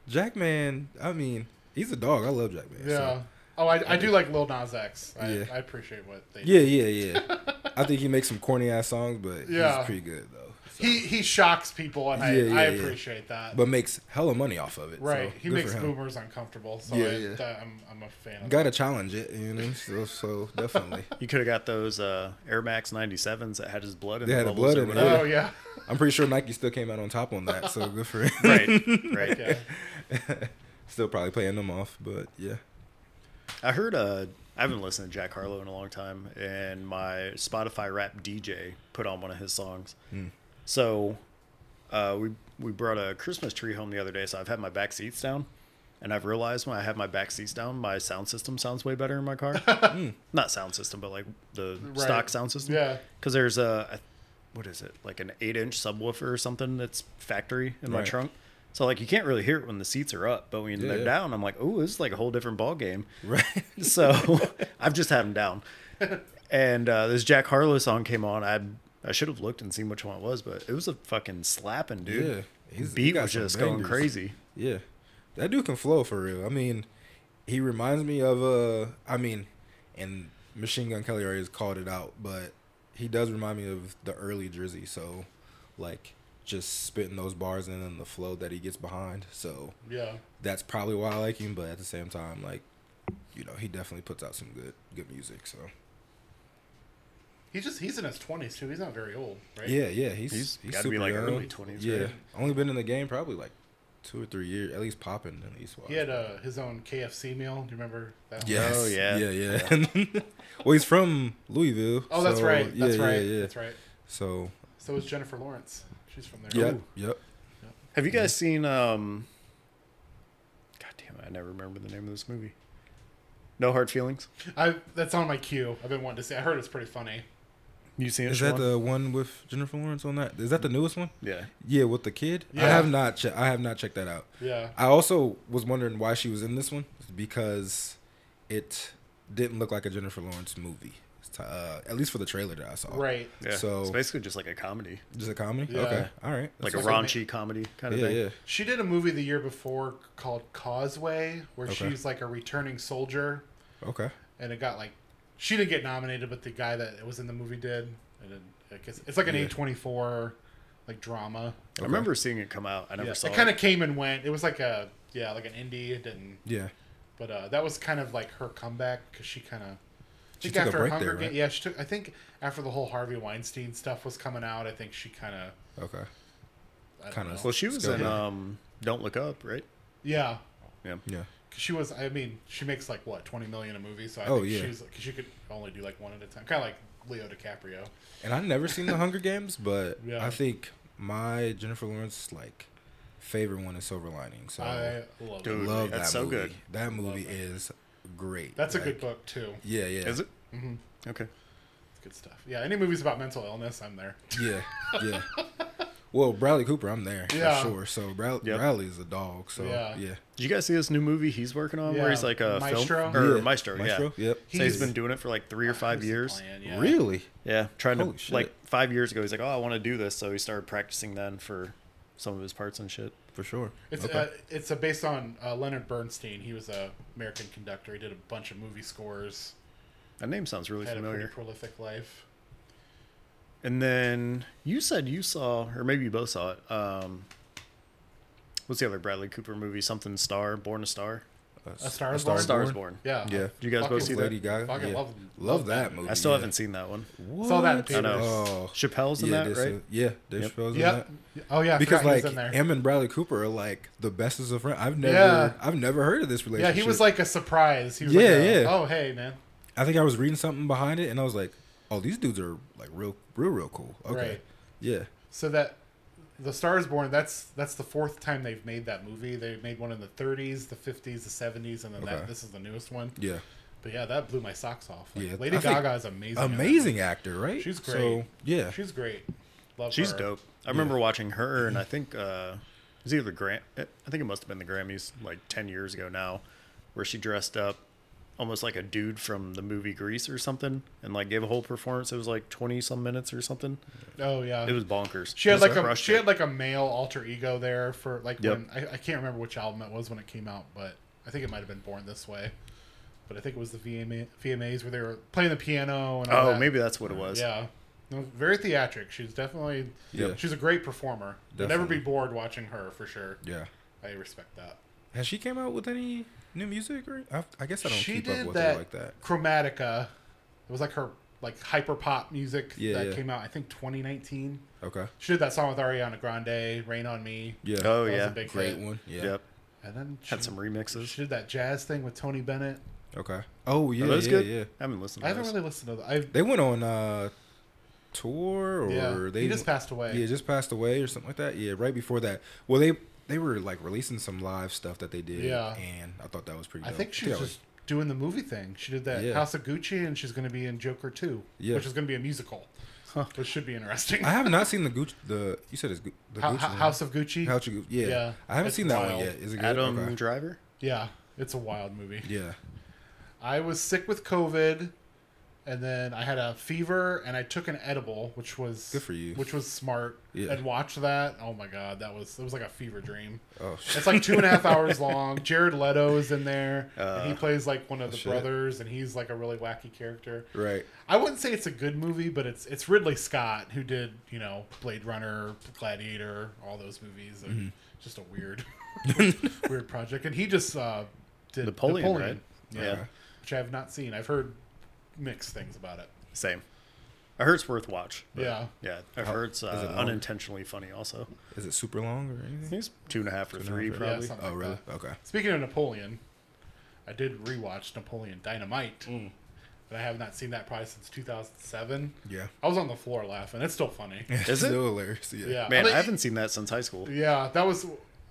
Jackman. I mean, he's a dog. I love Jackman. so-
Yeah. oh, I, I do like Lil Nas X. I,
Yeah.
I appreciate what they
Yeah, yeah, yeah. I think he makes some corny ass songs, but
Yeah.
he's pretty good though. So-
He he shocks people, and I,
Yeah, yeah,
I
yeah.
appreciate that.
but makes hella money off of it. so
right. he
good
makes
for him.
boomers uncomfortable, so
Yeah,
I,
yeah.
That, I'm I'm a fan. Of
Gotta challenge it, you know. So, so definitely,
You could have got those uh, Air Max 97s that had his blood in
They
the
had the
bubbles
blood
or
in it,
that.
whatever.
Oh yeah.
I'm pretty sure Nike still came out on top on that. So good for him.
Right, right.
yeah.
still probably paying them off, but yeah.
I heard uh I haven't listened to Jack Harlow in a long time, and my Spotify rap DJ put on one of his songs.
Hmm.
So uh, we we brought a Christmas tree home the other day, so I've had my back seats down, and I've realized when I have my back seats down, my sound system sounds way better in my car. Hmm. Not sound system, but like the stock sound system.
Yeah.
because there's a, a what is it like an eight inch subwoofer or something that's factory in my
Right.
trunk. So like you can't really hear it when the seats are up, but when
Yeah,
they're
yeah.
down, I'm like, oh, this is like a whole different ball game.
Right.
So I've just had him down. And uh, this Jack Harlow song came on. I I should have looked and seen which one it was, but it was a fucking slapping, dude.
Yeah, he's- he
Beat
got
was
some
just going
bangers.
crazy.
Yeah, that dude can flow for real. I mean, he reminds me of uh, I mean, and Machine Gun Kelly already called it out, but he does remind me of the early Drizzy. So, like, just spitting those bars and then the flow that he gets behind. So
Yeah.
that's probably why I like him. But at the same time, like, you know, he definitely puts out some good good music. So
He's just he's in his twenties too. He's not very old, right?
yeah, yeah, he's
He's
he's,
gotta
super
be, like,
young.
early 20s,
Yeah,
right?
only been in the game probably like two or three years, at least popping at least.
He had uh, his own KFC meal. Do you remember that? one?
Yes.
Oh, yeah.
Yeah, yeah. well, he's from Louisville.
Oh, that's
so-
right. That's
yeah,
right.
Yeah, yeah.
That's right.
So,
So is Jennifer Lawrence. She's from there.
yep,
Ooh.
yep.
Have you guys seen um God damn it, I never remember the name of this movie. No hard feelings.
I that's on my queue. I've been wanting to see. I heard it's pretty funny.
You seen it?
Is that
Siobhan?
the one with Jennifer Lawrence on that? Is that the newest one?
Yeah.
Yeah, with the kid. I
Mm. Yeah.
have not. Che- I have not checked that out.
Yeah.
I also was wondering why she was in this one because it didn't look like a Jennifer Lawrence movie, uh, at least for the trailer that I saw.
Right.
Yeah.
So-
it's basically just like a comedy.
Just a comedy.
Yeah.
Okay. All right.
Like
That's
a
like
fine.
a ma-
raunchy comedy kind of
Yeah,
thing.
yeah.
She did a movie the year before called Causeway, where
Okay.
she's like a returning soldier,
Okay.
and it got like she didn't get nominated, but the guy that was in the movie did. And it, it gets, it's like an
Yeah.
A twenty four like drama.
Okay.
I remember seeing it come out. I never
Yeah.
saw
It kind of came and went. It was like a yeah, like an indie. It didn't.
Yeah.
But uh, that was kind of like her comeback because she kind of.
She
She
took a
after
break
Hunger
there,
Ga-
right?
yeah, she took. I think after the whole Harvey Weinstein stuff was coming out, I think she kind of,
Okay.
kind
Kinda
of,
Well, she was
Still
in
good.
um Don't Look Up, right?
yeah,
Yeah.
Yeah.
'Cause she was. I mean, she makes like what twenty million a movie, so I
Oh,
think
yeah.
she was because she could only do like one at a time, kind of like Leo DiCaprio.
And I've never seen the Hunger Games, but
Yeah.
I think my Jennifer Lawrence like favorite one is Silver Lining. So
I love
Dude.
it.
love that
That's so
movie.
good.
That movie
that.
is great.
That's a
Like,
good book too.
Yeah, yeah,
Is it? Mm-hmm. Okay.
It's good stuff. Yeah, any movies about mental illness, I'm there.
yeah, yeah. Well, Bradley Cooper, I'm there
Yeah.
for sure. So Bra-
Yep.
Bradley is a dog. So
Yeah.
yeah, yeah.
Did you guys see this new movie he's working on where
Yeah.
he's like a
Maestro?
film or Maestro,
Maestro.
yeah.
Yep.
So he's
He's-
been doing it for like three or five
Who's
years.
playing, yeah.
Really?
Yeah, trying
Holy
to
shit.
like five years ago, he's like, "Oh, I want to do this," so he started practicing then for some of his parts and shit.
For sure.
It's
okay.
uh, it's uh, based on uh, Leonard Bernstein. He was a American conductor. He did a bunch of movie scores.
That name sounds really
Had a pretty
familiar.
prolific life.
And then you said you saw, or maybe you both saw it. Um, what's the other Bradley Cooper movie? Something Star, Born a Star.
A Star is
Star
Born.
is
Stars
Born.
Born.
Yeah.
Yeah.
You guys both
Fucking
see
Lady
that?
Gaga.
Fucking
yeah.
love-
love
love
that
that.
movie.
I still
yeah.
haven't seen that one.
What?
Saw that in
I know.
theaters.
Oh.
Chappelle's in
yeah,
that,
this is-
right?
yeah, Dave
Yep.
Chappelle's in
Yeah.
that.
Oh yeah. I
because
forgot he was
like
in there.
him and Bradley Cooper are like the bestest of friends. I've never,
Yeah.
I've never heard of this
yeah,
relationship.
he was like a surprise. He was
Yeah,
like, a,
yeah.
Oh hey man.
I think I was reading something behind it, and I was like, oh, these dudes are like real, real, real cool. Okay,
Right.
yeah,
So that the Star is Born. That's that's the fourth time they've made that movie. They made one in the 30s, the 50s, the 70s, and then
Okay.
that this is the newest one.
yeah,
But yeah, that blew my socks off. Like,
Yeah,
Lady
I think-
Gaga is amazing. in that
amazing actor, right?
She's
So
great.
yeah,
movie. She's great. Love
She's
her.
dope. I remember watching her, and I think uh, it was either the Grant. I think it must have been the Grammys, like ten years ago now, where she dressed up almost like a dude from the movie Grease or something, and like gave a whole performance. It was like twenty some minutes or something.
Oh yeah.
It was bonkers.
She had
Just
like a
crushed
she
it.
had like a male alter ego there for like
Yep.
when I, I can't remember which album it was when it came out, but I think it might have been Born This Way. But I think it was the VMA, VMAs where they were playing the piano and all
oh,
that.
maybe that's what it was.
yeah. No, very theatric. She's definitely
Yeah.
she's a great performer. You'll never be
Definitely.
bored watching her for sure.
yeah.
I respect that.
Has she came out with any new music? Or I, I guess I don't
She
keep up
did
with
that,
her like that.
Chromatica. It was like her like hyper pop music
Yeah,
that
yeah.
came out I think 2019.
Okay,
She did that song with Ariana Grande, "Rain on Me."
yeah,
Oh
That was
yeah.
a big
great
hit.
one. Yeah.
Yep.
And then she,
Had some remixes.
She did that jazz thing with Tony Bennett.
Okay. Oh yeah,
Are those
yeah,
good?
yeah.
I haven't listened. To
I haven't
those.
really listened to that. I
They went on uh tour, or
yeah,
they
he just passed away.
Yeah, just passed away or something like that. Yeah, right before that. Well, they they were like releasing some live stuff that they did.
Yeah.
and I thought that was pretty.
I
Dope.
think she's
that was-
just doing the movie thing. She did that
Yeah.
House of Gucci, and she's going to be in Joker Two,
Yeah.
which is going to be a musical, which should be interesting.
I have not seen the Gucci. The you said it's Gu- the
Ho-
Gucci
Ho-
one.
House of Gucci.
How'd you- yeah.
Yeah,
I haven't
it's
seen that one
wild.
yet. Is it good?
Adam
Okay.
Driver.
Yeah, it's a wild movie.
Yeah.
I was sick with COVID. and then I had a fever, and I took an edible, which was
Good for you.
which was smart.
Yeah.
And watched that. Oh my god, that was it was like a fever dream.
Oh, shit.
It's like two and a half hours long. Jared Leto is in there, and he
Uh,
plays like one of the
shit.
brothers, and he's like a really wacky character.
Right.
I wouldn't say it's a good movie, but it's it's Ridley Scott who did you know Blade Runner, Gladiator, all those movies. And Just a weird, weird project, and he just uh, did
Napoleon, right?
Yeah,
Yeah.
which I have not seen. I've heard mixed things about it.
Same. I heard it's worth watch. but
Yeah.
Yeah. I
How-
heard it's
is it
uh,
long?
unintentionally funny also.
Is it super long or
I
anything?
think it's two and a half or
and a
three
half, yeah.
probably.
Yeah, something
Oh,
like
really?
that.
Okay.
Speaking of Napoleon, I did rewatch Napoleon Dynamite, but I have not seen that probably since 2007.
Yeah.
I was on the floor laughing. It's still funny.
Is it?
Still hilarious. Yeah.
Yeah.
Man,
But-
I haven't seen that since high school.
Yeah, that was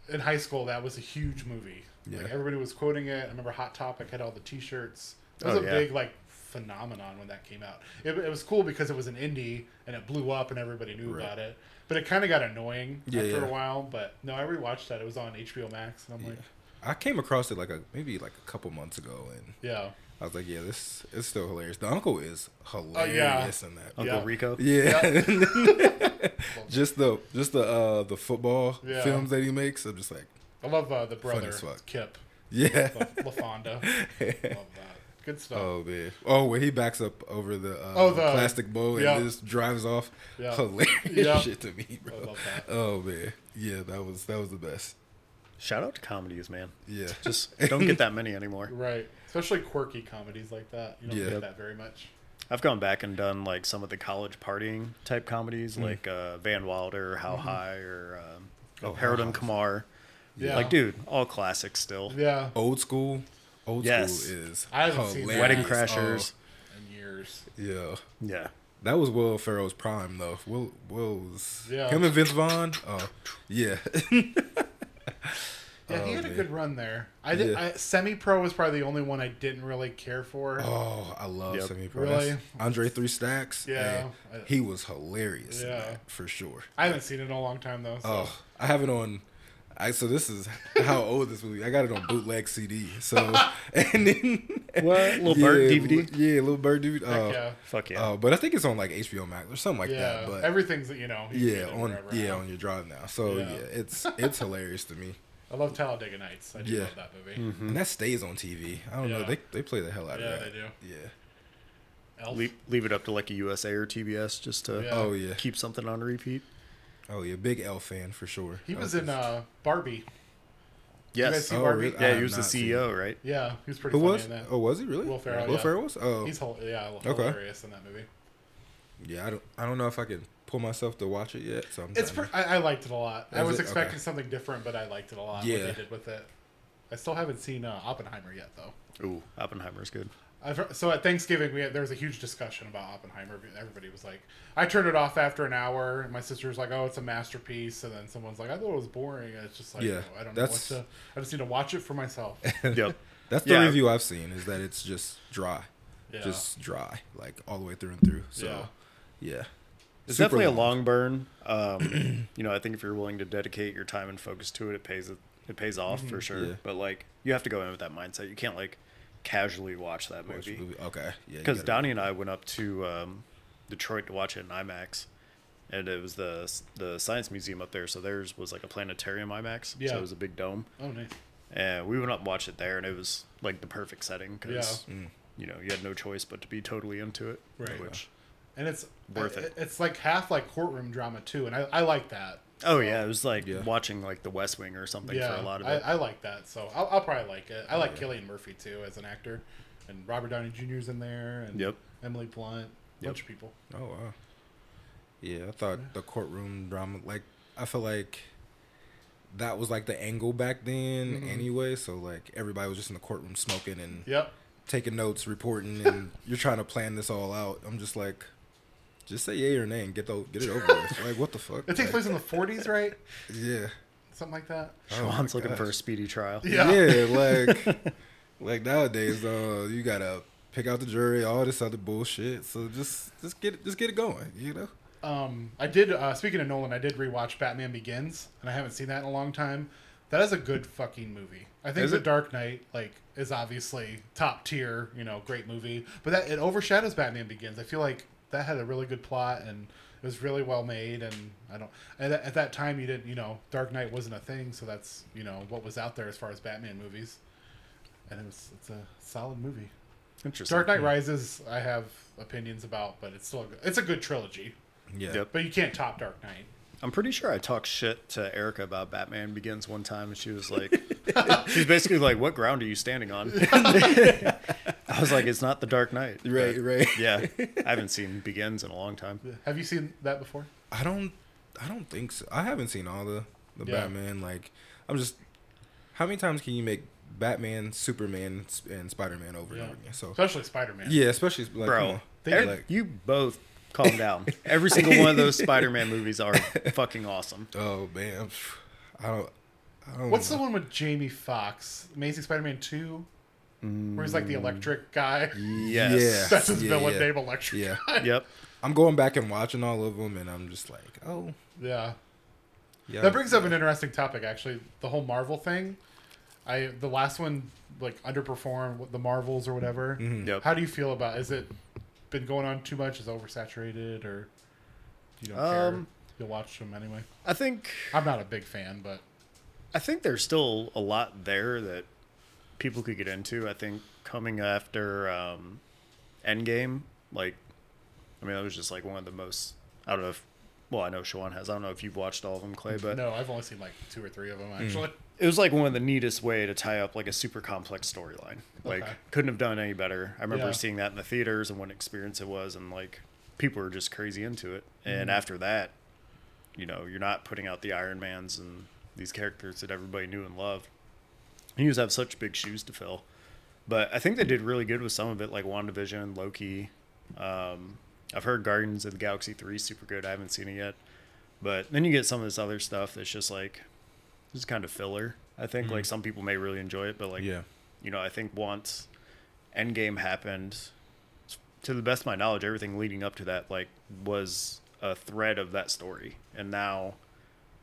in high school. That was a huge movie.
Yeah.
Like everybody was quoting it. I remember Hot Topic had all the T-shirts. It was
Oh,
a
yeah.
big like phenomenon when that came out. It, it was cool because it was an indie and it blew up and everybody knew
Right.
about it. But it kind of got annoying
Yeah,
after
yeah.
a while. But no, I rewatched that. It was on HBO Max, and I'm like,
I came across it like a maybe like a couple months ago, and
yeah,
I was like, "Yeah, this is still hilarious." The uncle is
Oh, yeah.
hilarious in that.
Uncle
Yeah.
Rico.
Yeah. just the just the uh the football
Yeah.
films that he makes. I'm just like,
I love uh, the brother
as fuck.
Kip
yeah.
La- LaFonda. love that. Good stuff.
Oh man. Oh, when he backs up over the uh,
Oh, the-
plastic bowl and
yeah.
just drives off.
Yeah.
Hilarious
Yeah.
shit to me, bro.
love that.
Oh man. Yeah, that was that was the best.
Shout out to comedies, man.
Yeah.
Just don't get that many anymore.
Right, especially quirky comedies like that. You don't
Yeah.
get that very much.
I've gone back and done like some of the college partying type comedies,
Mm.
like uh, Van Wilder, How High, or um,
Mm-hmm. Oh,
Harold
How
and
High.
Kumar.
Yeah,
Like, dude, all classics still.
Yeah,
Old school. Old
Yes.
school is
I haven't seen that.
Wedding
Yes.
Crashers.
in years.
Oh, yeah.
Yeah.
That was Will Ferrell's prime though. Will Will's
Yeah.
him and Vince Vaughn. Oh yeah.
Yeah, he
Oh,
had a
man.
good run there. I did.
Yeah.
I, Semi pro was probably the only one I didn't really care for.
Oh, I love
Yep.
semi
Really?
Andre Three Stacks.
Yeah.
man, he was hilarious.
Yeah.
in that, for sure.
I haven't seen it in a long time though. So.
Oh, I have it on. I so this is how old this movie. I got it on bootleg CD. So and then
What? Little Bird
yeah,
DVD?
li- Yeah, little bird DVD.
Heck
Uh,
yeah,
Fuck yeah.
uh, but I think it's on like HBO Max or something like
yeah.
that. But
Everything's that you know. you can
yeah,
get it
on
wherever.
yeah on your drive now. So
Yeah.
yeah, it's it's hilarious to me,
I love Talladega Nights. I do
Yeah.
love that movie.
and that stays on TV. I don't
Mm-hmm. Yeah.
know. They they play the hell out
Yeah,
of
they
that.
do.
Yeah.
Elf.
leave, leave it up to like a USA or TBS just to
Yeah.
Oh yeah.
keep something on repeat.
Oh yeah. Big L fan for sure.
He was
Elf
in
is-
uh, Barbie. guys
Yes.
see-
Oh,
Barbie?
really? I
yeah,
have
he was the
not seen it.
CEO, right?
Yeah, he was pretty
Who
funny
was?
in E that.
Oh, was he really?
Will Ferrell,
Will
yeah.
Ferrell was. Oh,
He's hol- yeah
Okay.
hilarious in that movie.
yeah. I don't. I don't know if I can pull myself to watch it yet. So I'm
It's
trying
pre- I, I liked it a lot. I
Is
was
it?
expecting
Okay.
something different, but I liked it a lot. What
Yeah.
they did with it. I still haven't seen uh, Oppenheimer yet though.
Ooh, Oppenheimer's good.
I've heard, so at Thanksgiving, we had, there was a huge discussion about Oppenheimer. Everybody was like, I turned it off after an hour. And my sister was like, oh, it's a masterpiece. And then someone's like, I thought it was boring. And it's just like,
Yeah,
I don't know what
that's-
to, I just need to watch it for myself.
Yep.
That's the
Yeah.
review I've seen is that it's just dry,
Yeah.
just dry, like all the way through and through. So, yeah,
It's
Super
definitely a long burn. Um, you know, I think if you're willing to dedicate your time and focus to it, it pays it, it pays off for sure.
Yeah.
But like, you have to go in with that mindset. You can't like casually watch that
watch
movie
movie. Okay, yeah, you
because
gotta-
Donnie and I went up to um, Detroit to watch it in IMAX, and it was the the science museum up there. So theirs was like a planetarium IMAX.
Yeah.
So it was a big dome,
oh, nice.
and we went up and watched it there, and it was like the perfect setting because
Yeah.
you know you had no choice but to be totally into it.
Right.
Which,
And it's
Worth it.
It's like half like courtroom drama too. And I, I like that.
oh yeah, it was like
Yeah.
watching like The West Wing or something
yeah.
for a lot of
I,
it.
I like that. So I'll, I'll probably like it. I like Killian Murphy too as an actor. And Robert Downey Jr.'s in there. And
Yep.
Emily Blunt. A bunch
Yep.
of people.
Oh wow, yeah. I thought the courtroom drama, like I feel like that was like the angle back then,
Mm-hmm.
anyway. So like everybody was just in the courtroom smoking and
Yep.
taking notes, reporting, and you're trying to plan this all out. I'm just like, just say yay or nay and get the get it over with. Like what the fuck?
It takes
Like,
place in the 40s, right?
yeah.
Something like that.
Oh, my
Schwann's looking
gosh.
for a speedy trial.
Yeah.
Yeah, like like nowadays, uh, you gotta pick out the jury, all this other bullshit. So just just get it, just get it going, you know.
Um, I did. Uh, speaking of Nolan, I did rewatch Batman Begins, and I haven't seen that in a long time. That is a good fucking movie. I think
Is
The
it?
Dark Knight like is obviously top tier, you know, great movie. But that it overshadows Batman Begins. I feel like that had a really good plot and it was really well made. And I don't at, at that time you didn't, you know, Dark Knight wasn't a thing, so that's you know what was out there as far as Batman movies. And it was, it's a solid movie.
Interesting.
Dark Knight Rises, I have opinions about, but it's still a good, it's a good trilogy.
Yeah.
Yep.
But you can't top Dark Knight.
I'm pretty sure I talked shit to Erica about Batman Begins one time, and she was like, she's basically like, "What ground are you standing on?" I was like, "It's not the Dark Knight."
Right,
But,
right.
Yeah, I haven't seen Begins in a long time.
Have you seen that before?
I don't I don't think so. I haven't seen all the the
Yeah.
Batman like I'm just how many times can you make Batman, Superman, Sp- and Spider-Man over
Yeah.
and over again? So
Especially Spider Man.
yeah, especially like,
Bro,
come on.
Eric,
like,
you both calm down. Every single one of those Spider-Man movies are fucking awesome.
oh man, I don't. I don't
What's
know.
the one with Jamie Fox? Amazing Spider Man 2? Where he's like the electric guy?
Yes.
That's his
yeah,
villain
Mm, yeah.
name, Electric.
Yeah,
Yep.
I'm going back and watching all of them, and I'm just like, oh,
Yeah.
yeah.
That brings up an interesting topic, actually. The whole Marvel thing. I The last one, like, underperformed the Marvels or whatever.
Yep.
How do you feel about Is it been going on too much? Is it oversaturated? Or you don't care?
Um,
You'll watch them anyway.
I think
I'm not a big fan, but
I think there's still a lot there that people could get into. I think coming after um, Endgame, like, I mean, that was just like one of the most. I don't know if, well, I know Shawan has. I don't know if you've watched all of them, Clay, but
no, I've only seen like two or three of them, actually.
it was like one of the neatest way to tie up like a super complex storyline. Like,
Okay.
couldn't have done any better. I remember
Yeah.
seeing that in the theaters and what an experience it was, and like, people were just crazy into it. And
Mm-hmm.
after that, you know, you're not putting out the Iron Mans and these characters that everybody knew and loved. You just have such big shoes to fill. But I think they did really good with some of it, like WandaVision, Loki. Um, I've heard Guardians of the Galaxy 3 is super good. I haven't seen it yet. But then you get some of this other stuff that's just like, just kind of filler. I think like some people may really enjoy it, but like,
Yeah.
you know, I think once Endgame happened, to the best of my knowledge, everything leading up to that like was a thread of that story, and now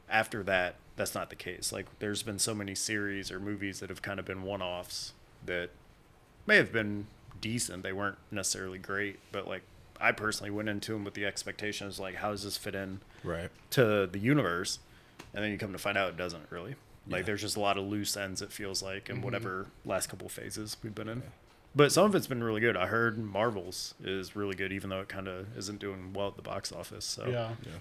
after that, that's not the case. Like there's been so many series or movies that have kind of been one-offs that may have been decent. They weren't necessarily great, but like I personally went into them with the expectations like, how does this fit in
right.
to the universe, and then you come to find out it doesn't really. Like there's just a lot of loose ends it feels like in whatever last couple phases we've been in. But some of it's been really good. I heard Marvels is really good, even though it kind of isn't doing well at the box office. So
Yeah.
Yeah,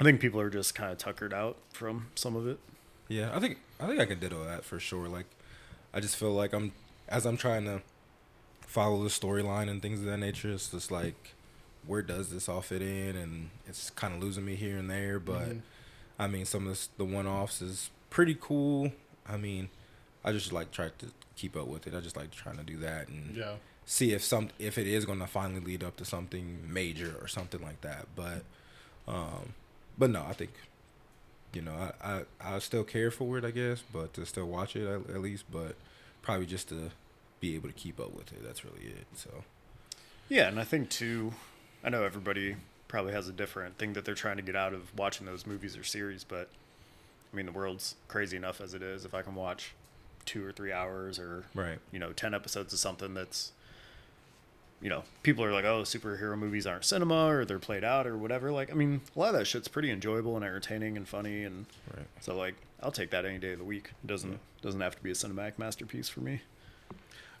I think people are just kind of tuckered out from some of it.
yeah. I think I think I can ditto that for sure. Like, I just feel like I'm as I'm trying to follow the storyline and things of that nature. It's just like, where does this all fit in? And it's kind of losing me here and there. But I mean, some of this, the one-offs is pretty cool. I mean, I just like try to keep up with it. I just like trying to do that and
Yeah.
see if some if it is going to finally lead up to something major or something like that. But, um, but no, I think, you know, I I, I still care for it, I guess, but to still watch it at, at least, but probably just to be able to keep up with it. That's really it. So
Yeah, and I think too, I know everybody probably has a different thing that they're trying to get out of watching those movies or series, but I mean the world's crazy enough as it is. If I can watch two or three hours or
right,
you know, 10 episodes of something that's, you know, people are like, oh, superhero movies aren't cinema or they're played out or whatever. Like, I mean, a lot of that shit's pretty enjoyable and entertaining and funny. And
right,
so, like, I'll take that any day of the week. It doesn't, doesn't have to be a cinematic masterpiece for me.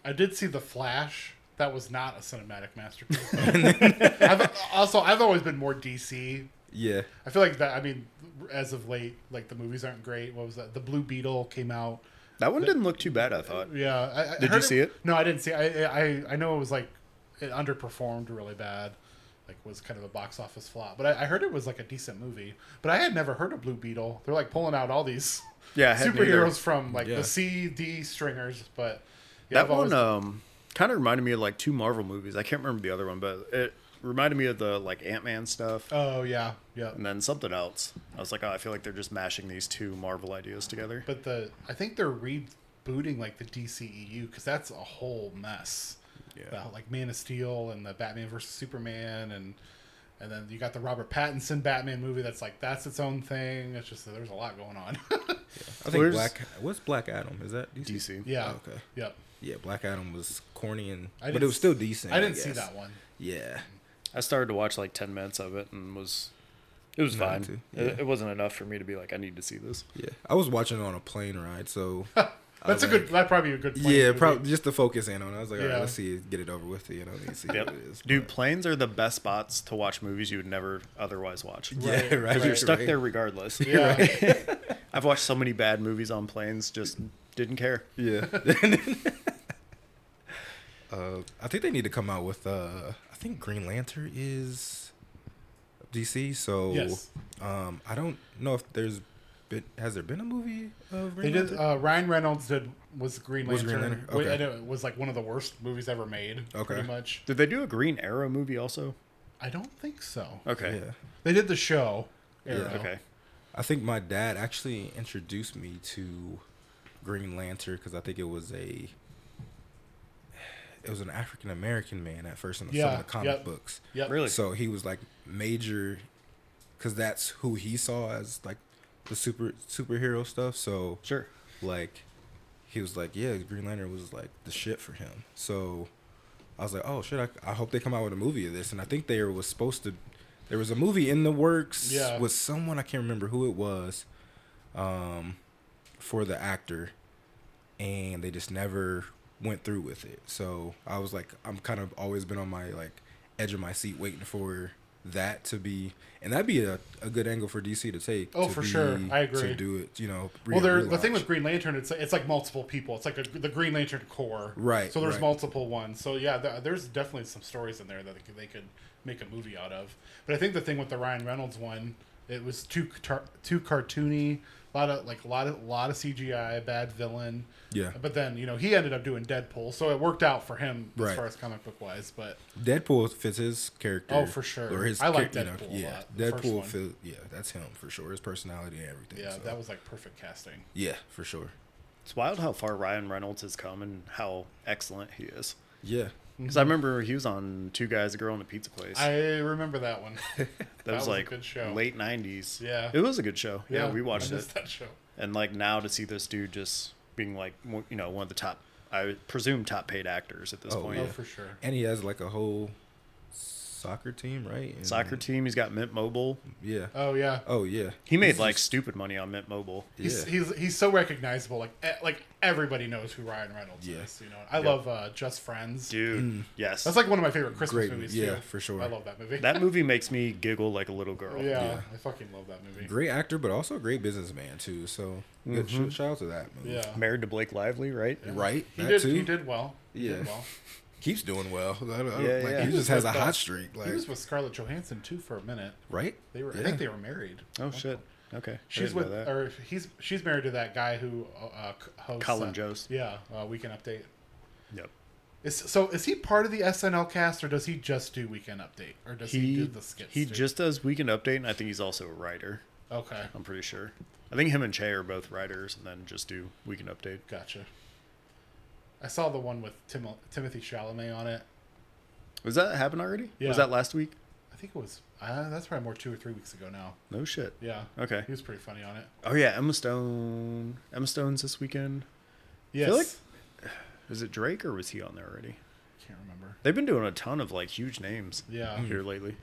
I did see The Flash. That was not a cinematic masterpiece. I've, also, I've always been more DC.
yeah,
I feel like that. I mean, as of late, like the movies aren't great. What was that? The Blue Beetle came out.
That one didn't look too bad, I thought.
Yeah. I, I
Did you
heard
see it?
No, I didn't see. It. I, I I know it was like it underperformed really bad. Like was kind of a box office flop. But I, I heard it was like a decent movie. But I had never heard of Blue Beetle. They're like pulling out all these
Yeah, I had neither.
superheroes from like
Yeah.
the C D stringers. But yeah,
That
I've always-
one um, kind of reminded me of like two Marvel movies. I can't remember the other one, but it reminded me of the like Ant Man stuff
Oh yeah, yeah.
and then something else. I was like, oh, I feel like they're just mashing these two Marvel ideas together.
But the I think they're rebooting like the DCEU because that's a whole mess.
Yeah.
About, like Man of Steel and the Batman versus Superman and and then you got the Robert Pattinson Batman movie that's like that's its own thing. It's just that there's a lot going on.
I think
Where's-
Black. What's Black Adam? Is that DC?
DC.
Yeah.
Oh, okay.
Yep.
Yeah, Black Adam was corny and, but
I didn't
it was still
s-
decent.
I didn't see
guess.
that one.
Yeah,
I started to watch like ten minutes of it and was it was
Yeah, me
fine.
too.
It,
Yeah.
it wasn't enough for me to be like, I need to see this.
yeah. I was watching it on a plane ride, so
That's a
I
good.
like-
That probably be a good. plan
yeah,
movie.
probably just to focus in on. it. I was like, all
Yeah.
right, let's see, it, get it over with. You know, let me see
Yep.
what it is.
Dude,
but-
planes are the best spots to watch movies you would never otherwise watch.
yeah, right.
Right.
Because you're stuck
right.
there regardless.
Yeah.
I've watched so many bad movies on planes, just didn't care.
Yeah. uh, I think they need to come out with. Uh, I think Green Lantern is DC, so
Yes.
um, I don't know if there's been has there been a movie of
They
Green
did.
Lantern?
Uh, Ryan Reynolds did was Green
Was
Lantern,
Green Lantern?
wi-
Okay.
and it was like one of the worst movies ever made.
Okay.
pretty much.
Did they do a Green Arrow movie also?
I don't think so.
Okay.
Yeah.
They did the show. Arrow.
Okay.
I think my dad actually introduced me to Green Lantern because I think it was a it was an African American man at first in the, some
Yeah,
of the comic
yep.
books.
Yep.
Really?
So he was like major, because that's who he saw as like the super superhero stuff. So
Sure.
like he was like, yeah, Green Lantern was like the shit for him. So I was like, oh shit, I, I hope they come out with a movie of this. And I think there was supposed to, there was a movie in the works
Yeah.
with someone I can't remember who it was, um, for the actor, and they just never went through with it. So I was like, I'm kind of always been on my like edge of my seat waiting for that to be and that'd be a, a good angle for dc to take
Oh,
to
for sure. I agree.
to do it you know
Well, there, the
relaunch.
thing with Green Lantern, it's it's like multiple people. It's like a, the Green Lantern Corps,
Right,
So there's
right.
multiple ones. So yeah, th- there's definitely some stories in there that they could, they could make a movie out of. But I think the thing with the Ryan Reynolds one, it was too car- too cartoony, a lot of like a lot of lot of CGI, bad villain.
Yeah.
But then you know he ended up doing Deadpool, so it worked out for him as
Right.
far as comic book wise. But
Deadpool fits his character.
Oh, for sure.
Or his
I like
char- you know,
Deadpool a
yeah,
lot, the first
Deadpool
one.
fit. Yeah, that's him for sure. His personality and everything.
yeah,
so.
that was like perfect casting.
Yeah, for sure.
It's wild how far Ryan Reynolds has come and how excellent he is.
Yeah,
Because I remember he was on Two Guys, a Girl, and a Pizza Place.
I remember that one.
that was,
was a
like
good show.
late '90s.
Yeah.
it was a good show. Yeah, we
I
watched it.
missed that show.
And like now to see this dude just being like, mo- you know, one of the top, I would presume top paid actors at this
Oh,
point.
Oh,
Yeah.
for sure.
and he has like a whole soccer team, right? And-
Soccer team. He's got Mint Mobile.
Yeah.
Oh yeah.
oh yeah.
He made
This
like
is-
stupid money on Mint Mobile.
He's,
yeah.
he's he's so recognizable. Like e- like everybody knows who Ryan Reynolds
Yeah.
is. You know, I love uh, Just Friends.
Dude,
Mm.
yes.
That's like one of my favorite Christmas
Great
movies.
movie.
too.
Yeah, for sure.
I love that movie.
that movie makes me giggle like a little girl.
yeah,
Yeah.
I fucking love that movie.
great actor, but also a great businessman too. So good
Mm-hmm.
sh- shout out to that. Movie.
Yeah,
Married to Blake Lively, right?
Right.
he
that
did.
too.
He did well. He
Yeah.
did well.
Keeps doing well. I don't- I don't-
Yeah,
like,
yeah.
He,
He
just has a
with, uh,
hot streak. Like
he was with Scarlett Johansson too for a minute.
right.
They were. I
Yeah.
think they were married.
Oh shit. Okay. I
She's
didn't know
with,
that.
or he's she's married to that guy who uh, c- hosts
Colin
uh,
Jost.
Yeah, uh, Weekend Update.
Yep.
Is so is he part of the SNL cast or does he just do Weekend Update or does he, do
He
the skits?
he
too?
just does Weekend Update, and I think he's also a writer.
okay.
I'm pretty sure. I think him and Che are both writers, and then just do Weekend Update.
Gotcha. I saw the one with Tim- Timothy Chalamet on it.
Was that happened already?
Yeah.
Was that last week?
I think it was uh, that's probably more two or three weeks ago now.
No shit.
Yeah.
Okay.
He was pretty funny on it.
Oh yeah, Emma Stone. Emma Stone's this weekend.
Yes. I,
feel like- Is it Drake or was he on there already?
can't remember.
They've been doing a ton of like huge names
Hmm.
Yeah.
here lately.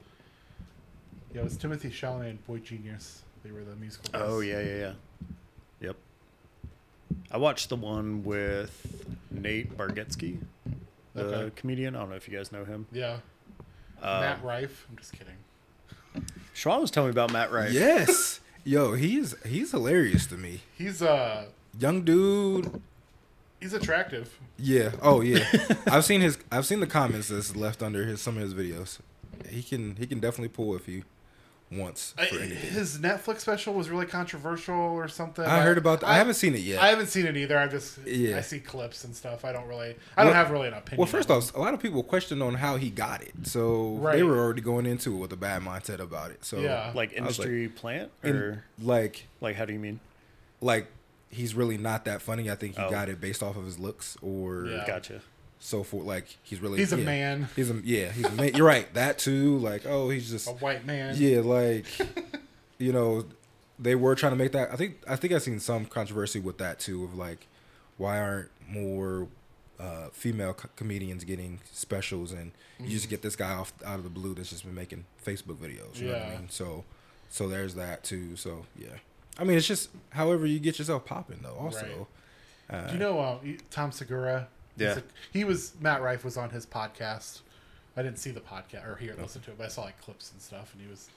Yeah, it was Timothy Chalamet and Boy Genius. They were the musical. guys.
Oh yeah, yeah, yeah. Yep. I watched the one with Nate Bargetsky, the
Okay.
comedian. I don't know if you guys know him.
Yeah.
Uh,
Matt Rife. I'm just kidding.
Um, Sean was telling me about Matt Rife.
Yes. Yo, he's he's hilarious to me.
He's uh
Young dude.
he's attractive.
Yeah. Oh yeah. I've seen his I've seen the comments that's left under his some of his videos. He can he can definitely pull if he wants
I,
for anything.
his Netflix special was really controversial or something.
I heard about th- I, haven't seen it yet.
I haven't seen it either. I just
Yeah.
I see clips and stuff. I don't really I don't
Well-
have really an opinion.
well, first
on it.
off, a lot of people questioned on how he got it. So they
Right.
were already going into it with a bad mindset about it. So
Yeah.
Like
I was like-
industry plant or
and, like
like how do you mean?
like he's really not that funny. I think he
Oh.
got it based off of his looks or
Yeah.
Gotcha.
so forth. Like he's really
He's a
yeah.
man.
He's a yeah. He's a man. You're right. That too. Like oh, he's just
a white man.
yeah. Like you know, they were trying to make that. I think I think I've seen some controversy with that too of like why aren't more uh, female co- comedians getting specials and you
Mm.
just get this guy off out of the blue that's just been making Facebook videos. You know what
Yeah.
I mean? So so there's that too. So yeah, I mean it's just however you get yourself popping though. Also,
Do you know uh, Tom Segura? He's
Yeah.
a- he was Matt Rife was on his podcast. I didn't see the podcast or hear it, listen to it, but I saw like clips and stuff, and he was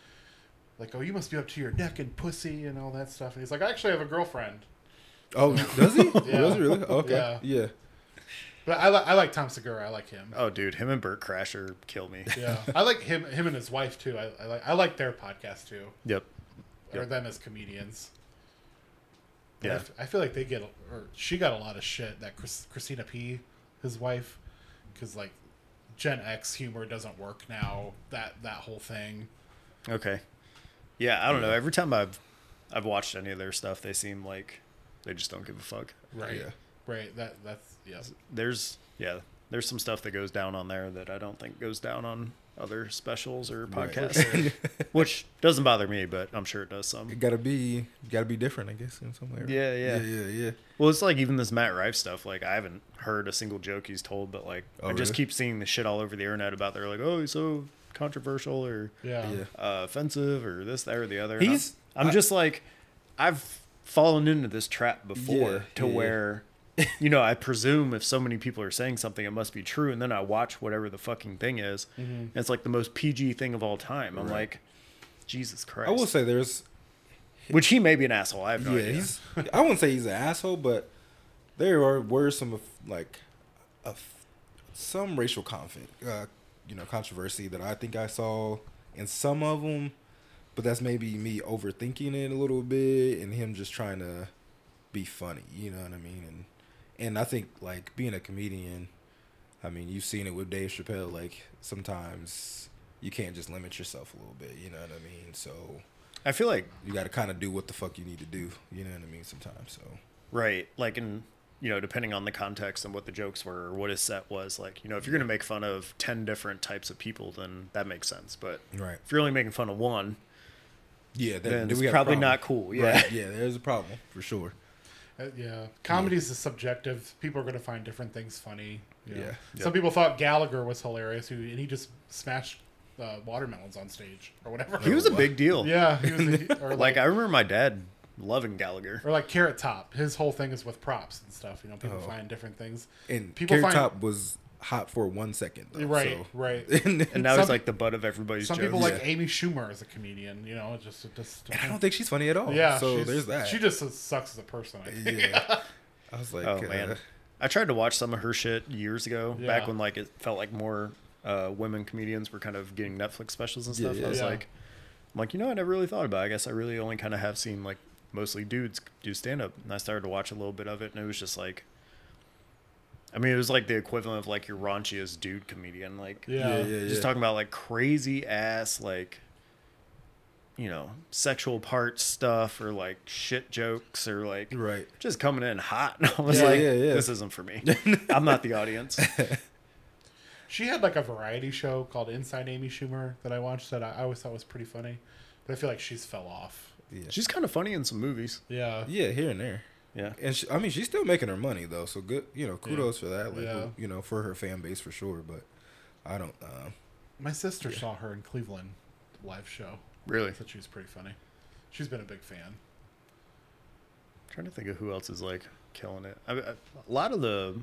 like, "Oh, you must be up to your neck and pussy and all that stuff." And he's like, "I actually have a girlfriend."
oh does he?
Yeah.
Does he really? Okay,
Yeah.
yeah.
But I, li- I like Tom Segura. I like him.
Oh, dude, him and Bert Crasher kill me.
Yeah, I like him. Him and his wife too. I, I like. I like their podcast too,
yep.
or
Yep.
them as comedians. But I
Yeah.
f- I feel like they get, or she got a lot of shit that Chris, Christina P, his wife, because like Gen X humor doesn't work now. That that whole thing.
Okay. Yeah, I don't know. Every time I've I've watched any of their stuff, they seem like they just don't give a fuck.
Right.
Yeah.
Right. That that's yeah.
There's yeah, there's some stuff that goes down on there that I don't think goes down on other specials or
Right.
podcasts, which doesn't bother me, but I'm sure it does
It
some.
gotta be gotta be different, I guess, in some way. right?
Yeah, yeah.
yeah, yeah. yeah.
Well, it's like even this Matt Rife stuff. Like I haven't heard a single joke he's told, but like
Oh,
I just
really?
keep seeing the shit all over the internet about they're like, oh, he's so controversial or
Yeah.
Yeah.
uh, offensive or this, that, or the other. And
He's-
I'm, I'm
I-
just like, I've fallen into this trap before
Yeah,
to
yeah.
where, you know, I presume if so many people are saying something, it must be true, and then I watch whatever the fucking thing is. And it's like the most PG thing of all time. I'm
Mm-hmm. Right.
like, Jesus Christ.
I will say there's
Which he may be an asshole. I have no
yeah,
idea.
he's I wouldn't say he's an asshole, but there are were some of like of some racial conflict, uh, you know, controversy that I think I saw in some of them, but that's maybe me overthinking it a little bit and him just trying to be funny, you know what I mean? And and I think like being a comedian, I mean, you've seen it with Dave Chappelle like sometimes you can't just limit yourself a little bit, you know what I mean? So
I feel like
you got to kind of do what the fuck you need to do. You know what I mean? Sometimes, so
Right. Like, in you know, depending on the context and what the jokes were or what his set was, like, you know, if you're going to make fun of 10 different types of people, then that makes sense. But
right.
if you're only making fun of one,
Yeah, that,
then
we
it's
got a
probably
problem.
not cool. Yeah.
Right, yeah, there's a problem for sure.
Uh, yeah. Comedy is subjective. People are going to find different things funny. you know.
Yeah.
Some people thought Gallagher was hilarious, who and he just smashed uh, watermelons on stage or whatever.
He was a big deal.
Yeah, he was a, or
Like, I remember my dad loving Gallagher.
or like Carrot Top. His whole thing is with props and stuff. You know, people
Oh.
find different things.
And
People
Carrot
find-
Top was hot for one second, though,
Right,
so-
right.
And,
And now he's
Some-
like the butt of everybody's
Some
jokes.
people
Yeah.
like Amy Schumer as a comedian. You know, it just it just
I don't think she's funny at all.
yeah.
so
she's-
there's that.
She just sucks as a person. I think.
yeah. I was like,
Oh
uh,
man, I tried to watch some of her shit years ago,
Yeah.
back when like it felt like more uh, women comedians were kind of getting Netflix specials and
Yeah,
stuff.
yeah.
I was
Yeah.
like, I'm like, you know, I never really thought about. It. I guess I really only kind of have seen like mostly dudes do stand up, and I started to watch a little bit of it, and it was just like, I mean, it was like the equivalent of like your raunchiest dude comedian, like
Yeah.
yeah, yeah, yeah.
just talking about like crazy ass like you know sexual part stuff or like shit jokes or like
Right.
just coming in hot and i was
Yeah,
like
yeah, yeah.
this isn't for me i'm not the audience
She had like a variety show called Inside Amy Schumer that I watched that I I always thought was pretty funny, but I feel like she's fell off.
Yeah.
she's kind of funny in some movies
Yeah.
yeah, here and there.
yeah
And she, I mean, she's still making her money though, so good. You know, kudos for that. Like,
Yeah.
you know, for her fan base for sure. But I don't. Uh,
My sister saw her in Cleveland live show.
really
I thought she was pretty funny. She's been a big fan.
trying to think of who else is like killing it I, I, a lot of the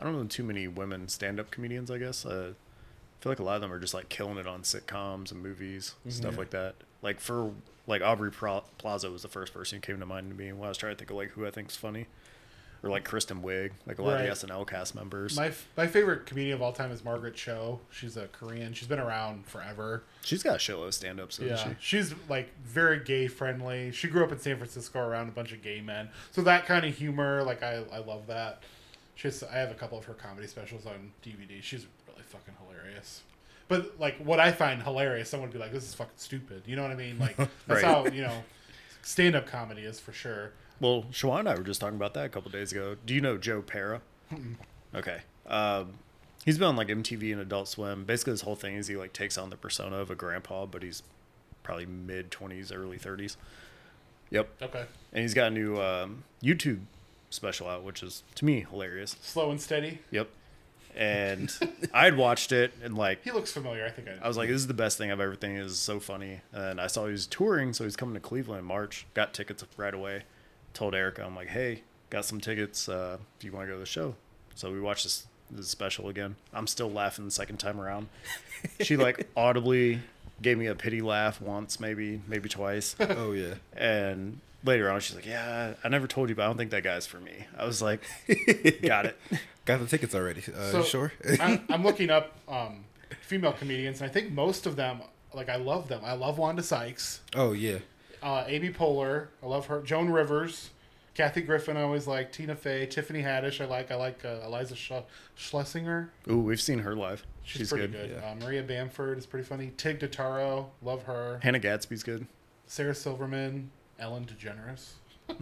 i don't know too many women stand-up comedians i guess uh, i feel like a lot of them are just like killing it on sitcoms and movies
Mm-hmm.
stuff like that like for like aubrey Pro- plaza was the first person who came to mind to me when i was trying to think of like who i think's funny or like kristen wiig like a lot
Right.
of the snl cast members
My f- my favorite comedian of all time is Margaret Cho. She's a Korean. She's been around forever.
she's got a shitload of stand-ups
Yeah,
yeah. she?
she's like very gay friendly. She grew up in San Francisco around a bunch of gay men, so that kind of humor, like I, I love that. She's I have a couple of her comedy specials on DVD. She's really fucking hilarious. But like what I find hilarious, someone would be like, "This is fucking stupid." You know what I mean? Like that's
Right.
how you know stand up comedy is for sure.
Well, Shawan and I were just talking about that a couple days ago. Do you know Joe Para? Okay. Um, he's been on like MTV and Adult Swim. Basically, his whole thing is he like takes on the persona of a grandpa, but he's probably mid twenties, early thirties, Yep.
Okay.
And he's got a new um, YouTube special out, which is to me hilarious.
Slow and steady.
Yep. And I had watched it and like
He looks familiar. I think I.
I was like, this is the best thing I've ever seen. This is so funny. And I saw he was touring, so he's coming to Cleveland in March. Got tickets right away. Told Erica, I'm like, hey, got some tickets uh, if you want to go to the show. So we watched this, this special again. I'm still laughing the second time around. She like audibly gave me a pity laugh once, maybe, maybe twice.
Oh yeah.
And later on, she's like, yeah, I never told you, but I don't think that guy's for me. I was like, got it.
Got the tickets already. Uh, you sure.
I'm, I'm looking up um, female comedians, and I think most of them, like, I love them. I love Wanda Sykes,
oh yeah.
uh, Amy Poehler. I love her. Joan Rivers, Kathy Griffin. I always like Tina Fey, Tiffany Haddish. I like. I like uh, Eliza Sch- Schlesinger.
Ooh, we've seen her live.
She's,
She's,
pretty
good.
good. Uh, Maria Bamford is pretty funny. Tig Notaro, love her.
Hannah Gadsby's good.
Sarah Silverman, Ellen DeGeneres.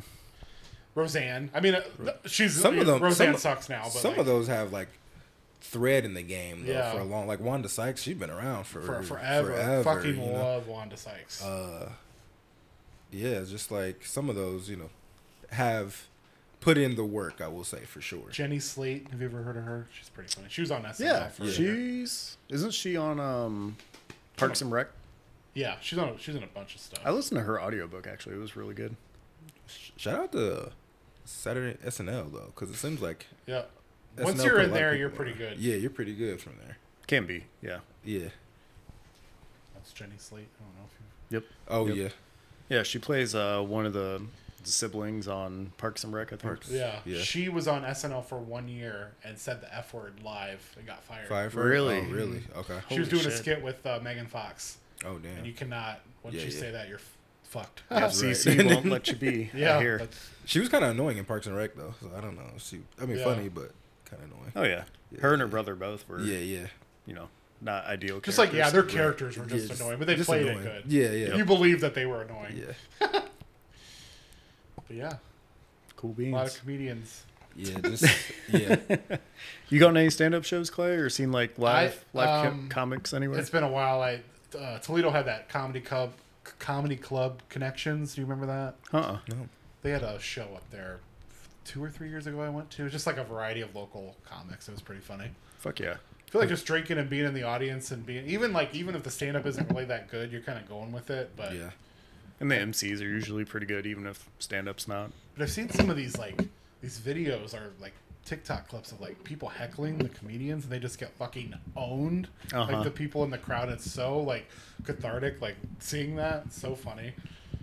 Roseanne. I mean, uh, th- she's
Some of them-
Roseanne
some-
sucks now, but
Some
like,
of those have like thread in the game though,
Yeah.
for a long. Like Wanda Sykes, she's been around for,
for, forever,
you
Fucking
know? Uh,
love Wanda Sykes.
Yeah, it's just like some of those, you know, have put in the work. I will say for sure.
Jenny Slate. Have you ever heard of her? She's pretty funny. She was on SNL.
Yeah,
for
she's isn't she on um, Parks and Rec?
yeah. She's on. She's in a bunch of stuff.
I listened to her audiobook actually; it was really good.
Shout out to Saturday SNL though, because it seems like
yeah. Once
SNL
you're
put a
in
lot of
there,
people
you're pretty good.
Yeah, you're pretty good from there.
Can be, yeah,
Yeah.
That's Jenny Slate. I don't know if
yep,
Oh
Yep.
yeah.
yeah. She plays uh, one of the, the siblings on Parks and Rec. I think.
Parks.
you. Yeah.
Yeah.
She was on SNL for one year and said the f word live and got fired.
Firefly.
Really?
Oh, really? Okay.
Mm-hmm. She was
Holy
doing a
shit.
skit with uh, Megan Fox,
Oh
and you
damn.
cannot. Once
Yeah,
you
yeah.
say that, you're f- fucked.
FCC
right.
won't let you be.
yeah.
I hear.
that's-
She was kind of annoying in Parks and Rec though. So I don't know. She. I mean,
Yeah.
funny, but kind of annoying.
Oh yeah. her and her brother both were,
Yeah, yeah.
you know, not ideal.
Just like yeah, their
characters.
characters were just
Yeah, just-
annoying, but they
just
played
annoying.
it good.
Yeah, yeah.
You believe that they were annoying.
Yeah.
But yeah,
cool
a lot of
beans.
comedians.
Yeah, just yeah.
You got any stand-up shows, Clay, or seen like live
I-
live
um,
co- comics anywhere?
It's been a while. I uh, Toledo had that comedy club, comedy club connections. Do you remember that?
Uh-uh.
No.
They had a show up there two or three years ago. I went to. It was just like a variety of local comics. It was pretty funny.
Fuck yeah.
I feel like just drinking and being in the audience and being even like even if the stand up isn't really that good, you're kind of going with it. But
Yeah.
And the MCs are usually pretty good, even if stand-up's not.
but I've seen some of these like these videos are like TikTok clips of like people heckling the comedians and they just get fucking owned.
Uh-huh.
Like the people in the crowd. It's so like cathartic. Like seeing that, it's so funny.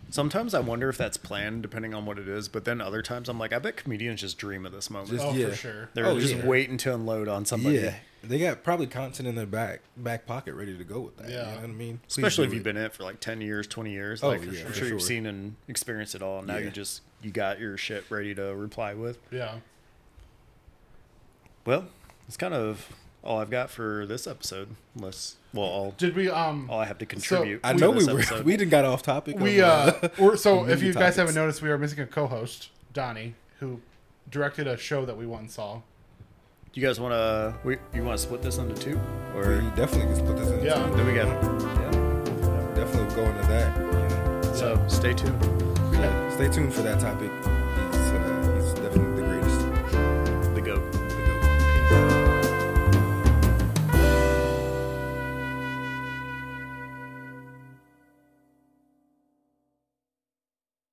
Sometimes I wonder if that's planned, depending on what it is. But then other times I'm like, I bet comedians just dream of this moment.
Just-
Oh,
yeah.
for sure.
They're
Oh,
just
yeah.
waiting to unload on somebody.
Yeah. They got probably content in their back back pocket ready to go with that.
Yeah.
You know what I mean? Please
Especially
do
if you've
it.
been in it for like ten years, twenty years.
Oh,
like,
yeah,
I'm
for
sure you've
sure.
seen and experienced it all. Now
Yeah.
you just you got your shit ready to reply with.
Yeah.
Well, that's kind of all I've got for this episode. Unless well, all,
Did we um
all I have to contribute.
I
to
know
this
we were
episode.
we didn't got off topic.
we
on,
uh we're, so if
movie
you guys
topics.
haven't noticed we are missing a co-host, Donnie, who directed a show that we once saw.
Do you guys want to? We you want to split this into two,
we
or
definitely can put this in.
Yeah.
then we got?
Definitely go into that.
So stay tuned.
Stay tuned for that topic. uh,